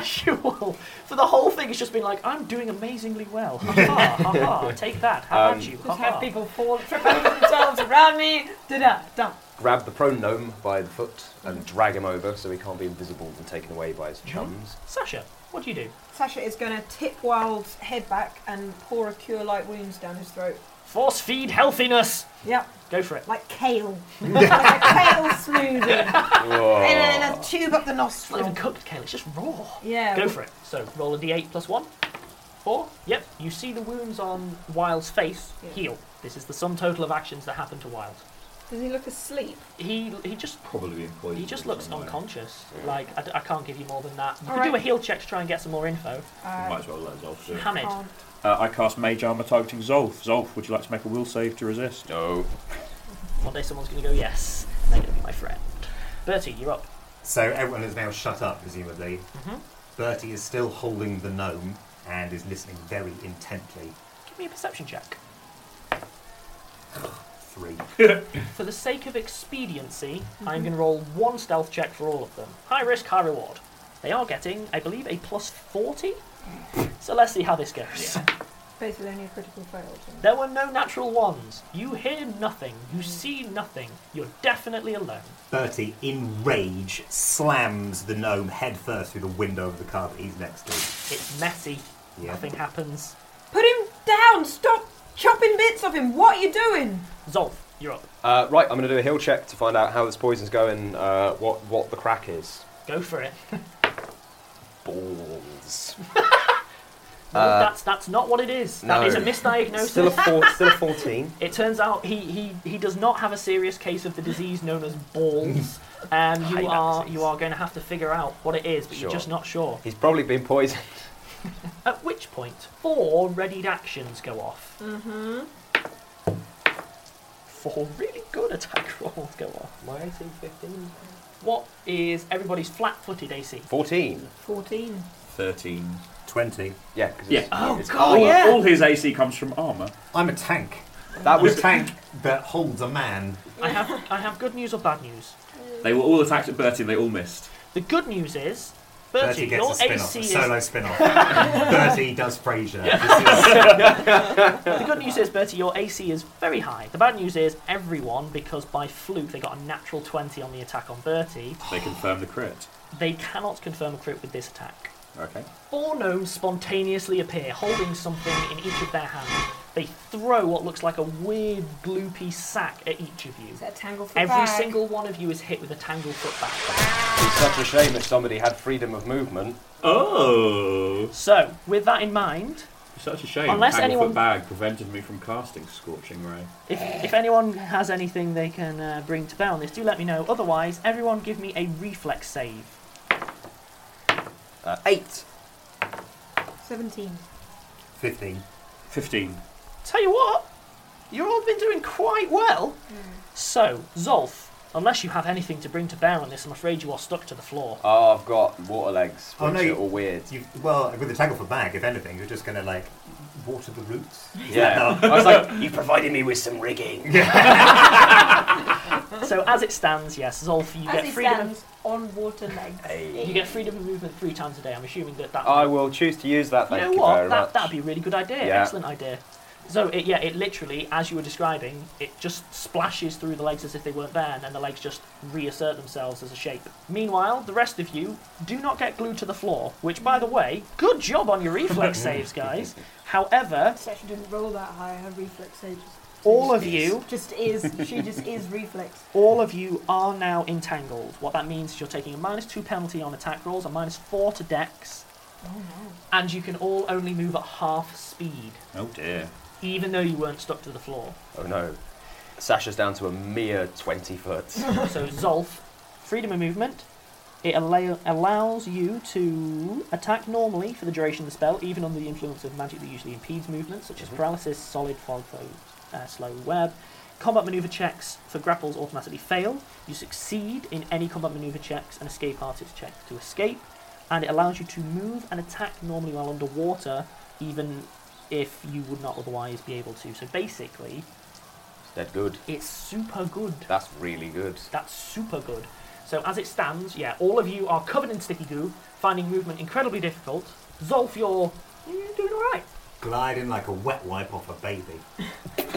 Speaker 5: casual. For the whole thing, it's just been like, I'm doing amazingly well. Ha ha, ha ha, take that. How
Speaker 6: Um,
Speaker 5: about you?
Speaker 6: Just
Speaker 5: Ha
Speaker 6: have
Speaker 5: ha.
Speaker 7: People fall, trip over themselves around me. Da da, dump.
Speaker 6: grab the prone gnome by the foot and drag him over so he can't be invisible and taken away by his chums.
Speaker 5: Mm-hmm. Sasha, what do you do?
Speaker 7: Sasha is going to tip Wild's head back and pour a cure light wounds down his throat.
Speaker 5: Force feed healthiness.
Speaker 7: Yep.
Speaker 5: Go for it.
Speaker 7: Like kale. like a kale smoothie. And then a tube up the
Speaker 5: It's not
Speaker 7: nostril.
Speaker 5: even cooked, Kale. It's just raw.
Speaker 7: Oh. Yeah.
Speaker 5: Go for it. So roll a d8 plus one. Four. Yep. You see the wounds on Wild's face
Speaker 7: Yeah.
Speaker 5: heal. This is the sum total of actions that happen to Wild.
Speaker 7: Does he look asleep?
Speaker 5: He he just
Speaker 8: probably employed.
Speaker 5: He just looks unconscious.
Speaker 8: Yeah.
Speaker 5: Like I, d- I can't give you more than that. You
Speaker 7: All
Speaker 5: can do a
Speaker 7: right.
Speaker 5: heal check to try and get some more info.
Speaker 8: Might as well let Zolf do it.
Speaker 5: Hamid.
Speaker 7: Uh, Can't.
Speaker 8: Uh, I cast Mage Armour targeting Zolf. Zolf, would you like to make a will save to resist?
Speaker 6: No.
Speaker 5: One day someone's going to go yes. and They're going to be my friend. Bertie, you're up.
Speaker 9: So everyone is now shut up, presumably.
Speaker 5: Mhm.
Speaker 9: Bertie is still holding the gnome and is listening very intently.
Speaker 5: Give me a perception check.
Speaker 9: Three.
Speaker 5: For the sake of expediency, I'm going to roll one stealth check for all of them. High risk, high reward. They are getting, I believe, a plus 40. So let's see how this goes.
Speaker 7: Basically, only a critical fail. isn't it?
Speaker 5: There were no natural ones. You hear nothing. You see nothing. You're definitely alone.
Speaker 9: Bertie, in rage, slams the gnome headfirst through the window of the car that he's next to.
Speaker 5: It's messy.
Speaker 9: Yeah.
Speaker 5: Nothing happens.
Speaker 7: Put him down! Stop chopping bits of him! What are you doing?
Speaker 5: Zolf, you're up.
Speaker 6: Uh, right, I'm going to do a heal check to find out how this poison's going, uh, what what the crack is.
Speaker 5: Go for it.
Speaker 6: Balls.
Speaker 5: No,
Speaker 6: Uh,
Speaker 5: that's that's not what it is. That
Speaker 6: no.
Speaker 5: is a misdiagnosis.
Speaker 6: Still a four, still a fourteen.
Speaker 5: It turns out he, he, he does not have a serious case of the disease known as balls. Um,
Speaker 6: hate
Speaker 5: you
Speaker 6: that
Speaker 5: are you are going to have to figure out what it is, but
Speaker 6: Sure.
Speaker 5: you're just not sure.
Speaker 6: He's probably been poisoned.
Speaker 5: At which point, four readied actions go off.
Speaker 7: Mm-hmm.
Speaker 5: Four really good attack rolls go off. My AC fifteen. What is everybody's flat-footed AC?
Speaker 6: Fourteen.
Speaker 7: 14.
Speaker 8: Thirteen.
Speaker 9: Twenty.
Speaker 6: Yeah. 'cause
Speaker 8: Yeah.
Speaker 6: It's,
Speaker 5: Oh,
Speaker 6: it's
Speaker 5: God,
Speaker 6: armor.
Speaker 5: yeah.
Speaker 8: All his AC comes from armour.
Speaker 9: I'm a tank.
Speaker 6: That
Speaker 9: I'm a
Speaker 6: was
Speaker 9: tank that holds a man.
Speaker 5: I have I have good news or bad news.
Speaker 8: They were all attacked at Bertie and they all missed.
Speaker 5: The good news is, Bertie,
Speaker 9: Bertie gets
Speaker 5: your
Speaker 9: a spin off,
Speaker 5: AC
Speaker 9: a
Speaker 5: is
Speaker 9: solo spin off. Bertie does Frasier. This is-
Speaker 5: The good news is, Bertie, your AC is very high. The bad news is, everyone, because by fluke they got a natural 20 on the attack on Bertie,
Speaker 8: They confirm the crit.
Speaker 5: they cannot confirm a crit with this attack.
Speaker 8: Okay.
Speaker 5: Four gnomes spontaneously appear, holding something in each of their hands. They throw what looks like a weird, gloopy sack at each of you.
Speaker 7: Is that a tangle for
Speaker 5: Every
Speaker 7: bag?
Speaker 5: single one of you is hit with a tangled foot bag.
Speaker 6: it's such a shame if somebody had freedom of movement.
Speaker 8: Oh.
Speaker 5: So, with that in mind,
Speaker 17: It's such a shame.
Speaker 5: Unless
Speaker 17: Tangle
Speaker 5: anyone-
Speaker 17: Foot bag prevented me from casting Scorching Ray.
Speaker 5: If, if anyone has anything they can uh, bring to bear on this, do let me know. Otherwise, everyone give me a reflex save.
Speaker 6: Uh, eight.
Speaker 15: 17.
Speaker 9: 15.
Speaker 17: 15.
Speaker 5: Tell you what, you've all been doing quite well.
Speaker 7: Hmm.
Speaker 5: So, Zolf, unless you have anything to bring to bear on this, I'm afraid you are stuck to the floor.
Speaker 6: Oh, I've got water legs, which
Speaker 9: Oh, no,
Speaker 6: are
Speaker 9: you-
Speaker 6: all weird.
Speaker 9: You, well, with the tangle for bag, if anything, you're just going to like water the roots. Is
Speaker 6: Yeah.
Speaker 9: that how-
Speaker 6: I was like, you provided me with some rigging.
Speaker 5: so, as it stands, yes, Zolf, you
Speaker 7: As
Speaker 5: get
Speaker 7: he
Speaker 5: freedom.
Speaker 7: stands on water legs.
Speaker 5: You get freedom of movement three times a day. I'm assuming that that.
Speaker 6: I will choose to use that.
Speaker 5: you
Speaker 6: Thank
Speaker 5: know
Speaker 6: you,
Speaker 5: what?
Speaker 6: very
Speaker 5: That
Speaker 6: much.
Speaker 5: that'd be a really good idea.
Speaker 6: Yeah.
Speaker 5: Excellent idea. So it, yeah, it literally, as you were describing, it just splashes through the legs as if they weren't there, and then the legs just reassert themselves as a shape. Meanwhile, the rest of you do not get glued to the floor. Which, by the way, good job on your reflex saves, guys. However,
Speaker 15: She didn't roll that high, her reflex save just.
Speaker 5: all
Speaker 15: just
Speaker 5: of
Speaker 15: is.
Speaker 5: you
Speaker 15: Just is. She just is reflex.
Speaker 5: All of you are now entangled. What that means is you're taking a minus two penalty on attack rolls, a minus four to dex,
Speaker 15: Oh no.
Speaker 5: and you can all only move at half speed,
Speaker 17: Oh dear.
Speaker 5: even though you weren't stuck to the floor.
Speaker 6: Oh no. Sasha's down to a mere 20 foot.
Speaker 5: so Zolf, freedom of movement. It allow- allows you to attack normally for the duration of the spell, even under the influence of magic that usually impedes movement, such as paralysis, solid, fog, foe, uh, slow web. Combat maneuver checks for grapples automatically fail. You succeed in any combat maneuver checks and escape artist checks to escape, and it allows you to move and attack normally while underwater, even if you would not otherwise be able to. So basically,
Speaker 6: Dead good.
Speaker 5: it's super good.
Speaker 6: That's really good.
Speaker 5: That's super good. So as it stands, yeah, all of you are covered in sticky goo, finding movement incredibly difficult. Zolf, you're you're doing all right.
Speaker 9: Gliding like a wet wipe off a baby.
Speaker 5: And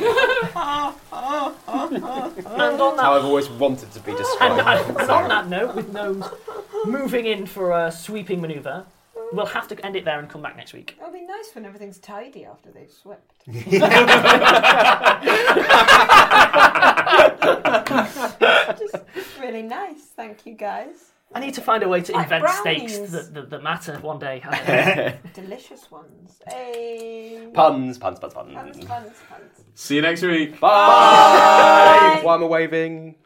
Speaker 5: on
Speaker 6: That's how
Speaker 5: that,
Speaker 6: I've always wanted to be
Speaker 5: and,
Speaker 6: described.
Speaker 5: and on that note, with no moving in for a sweeping manoeuvre, we'll have to end it there and come back next week.
Speaker 15: It'll be nice when everything's tidy after they've swept. Just really nice. Thank you, guys.
Speaker 5: I need to find a way to
Speaker 15: Like
Speaker 5: invent steaks
Speaker 15: brownies.
Speaker 5: that, that, that matter one day.
Speaker 15: Delicious ones. Hey.
Speaker 6: puns, puns, puns,
Speaker 15: Puns,
Speaker 6: puns.
Speaker 15: puns, puns.
Speaker 17: See you next week.
Speaker 6: Bye! Why am I waving?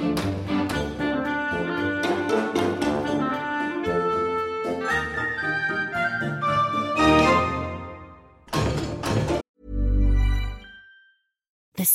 Speaker 10: The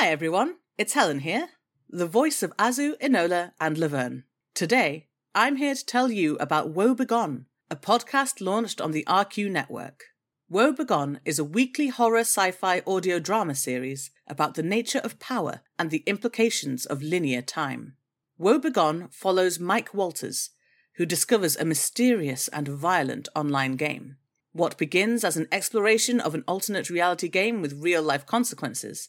Speaker 16: Hi everyone, it's Helen here, the voice of Azu, Enola, and Laverne. Today, I'm here to tell you about Woe Begone, a podcast launched on the RQ network. Woe Begone is a weekly horror sci fi audio drama series about the nature of power and the implications of linear time. Woe Begone follows Mike Walters, who discovers a mysterious and violent online game. What begins as an exploration of an alternate reality game with real life consequences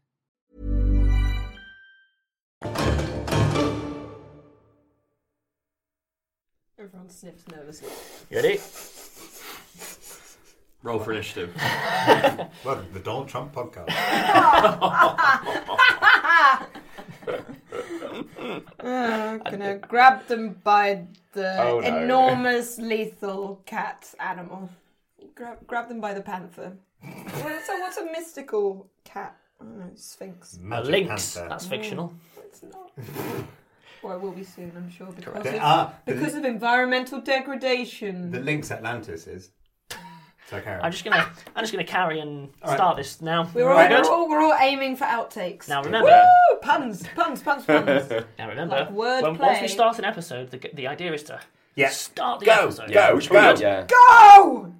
Speaker 15: Everyone sniffs nervously.
Speaker 5: You ready?
Speaker 18: Roll for initiative.
Speaker 9: Welcome to the Donald Trump podcast.
Speaker 7: I'm Oh, gonna grab them by the
Speaker 9: Oh, no.
Speaker 7: enormous lethal cat animal. Grab, grab them by the panther. Well, so what's a mystical cat? I don't know, Sphinx.
Speaker 5: Magic A lynx. panther. That's fictional.
Speaker 7: No, it's not. well, it will be soon, I'm sure, because,
Speaker 9: Correct. They
Speaker 7: of,
Speaker 9: are-
Speaker 7: because of environmental degradation.
Speaker 9: The Lynx Atlantis is. So carry
Speaker 5: I'm just gonna I'm just gonna carry and
Speaker 9: Alright.
Speaker 5: start this now.
Speaker 7: We're all,
Speaker 5: Right, good?
Speaker 7: we're, all, we're all aiming for outtakes.
Speaker 5: Now remember-
Speaker 7: Woo! Puns, puns, puns, puns.
Speaker 5: now remember,
Speaker 7: Like word
Speaker 5: when, once
Speaker 7: play.
Speaker 5: we start an episode, the, the idea is to
Speaker 16: Yeah.
Speaker 5: start the
Speaker 16: Go,
Speaker 5: episode.
Speaker 16: go, Yeah, we should
Speaker 5: go,
Speaker 16: go. Yeah.
Speaker 6: Oh!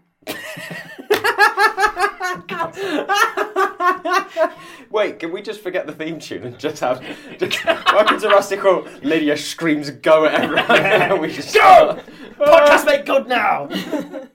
Speaker 7: Go!
Speaker 6: Wait, can we just forget the theme tune and just have just, welcome to Rustic Hall? Lydia screams "Go!" at everyone, and we just go.
Speaker 5: Podcast make good now.